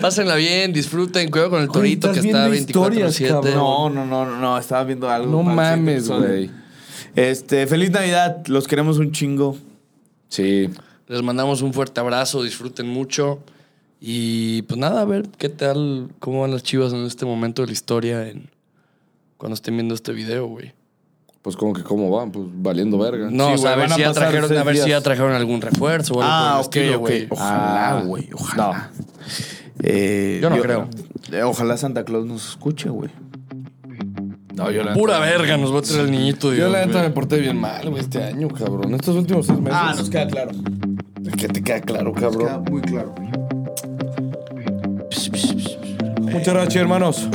S3: Pásenla bien, disfruten, cuidado con el torito que está 24-7.
S1: No, no, no, no, no, estaba viendo algo.
S2: No
S1: para este
S2: mames,
S1: episodio.
S2: güey.
S1: Este, feliz Navidad, los queremos un chingo.
S2: Sí.
S3: Les mandamos un fuerte abrazo, disfruten mucho Y pues nada, a ver qué tal, cómo van las chivas en este momento de la historia, en, cuando estén viendo este video, güey.
S2: Pues como que cómo van, pues valiendo verga.
S3: No,
S7: Sí,
S3: o
S7: güey,
S3: sea, a ver,
S7: van a
S3: si ya
S7: pasar
S3: trajeron, a
S7: seis
S3: ver si
S7: días.
S3: ya trajeron algún refuerzo o algo por
S1: Ah,
S3: el
S1: ok,
S3: estilo,
S1: ok.
S3: güey.
S1: Ojalá, güey. Ojalá. Eh,
S3: Yo Ah, no creo.
S1: eh, ojalá Santa Claus nos escuche, güey.
S7: No, yo la
S3: Pura verga, nos va a traer el niñito,
S7: Yo
S3: Dios,
S7: la neta
S3: güey.
S7: me porté bien mal, güey, este año, cabrón. Estos últimos seis meses.
S1: Ah, nos queda claro.
S7: Que te queda claro, cabrón.
S8: muy claro.
S7: Muchas gracias, hermanos.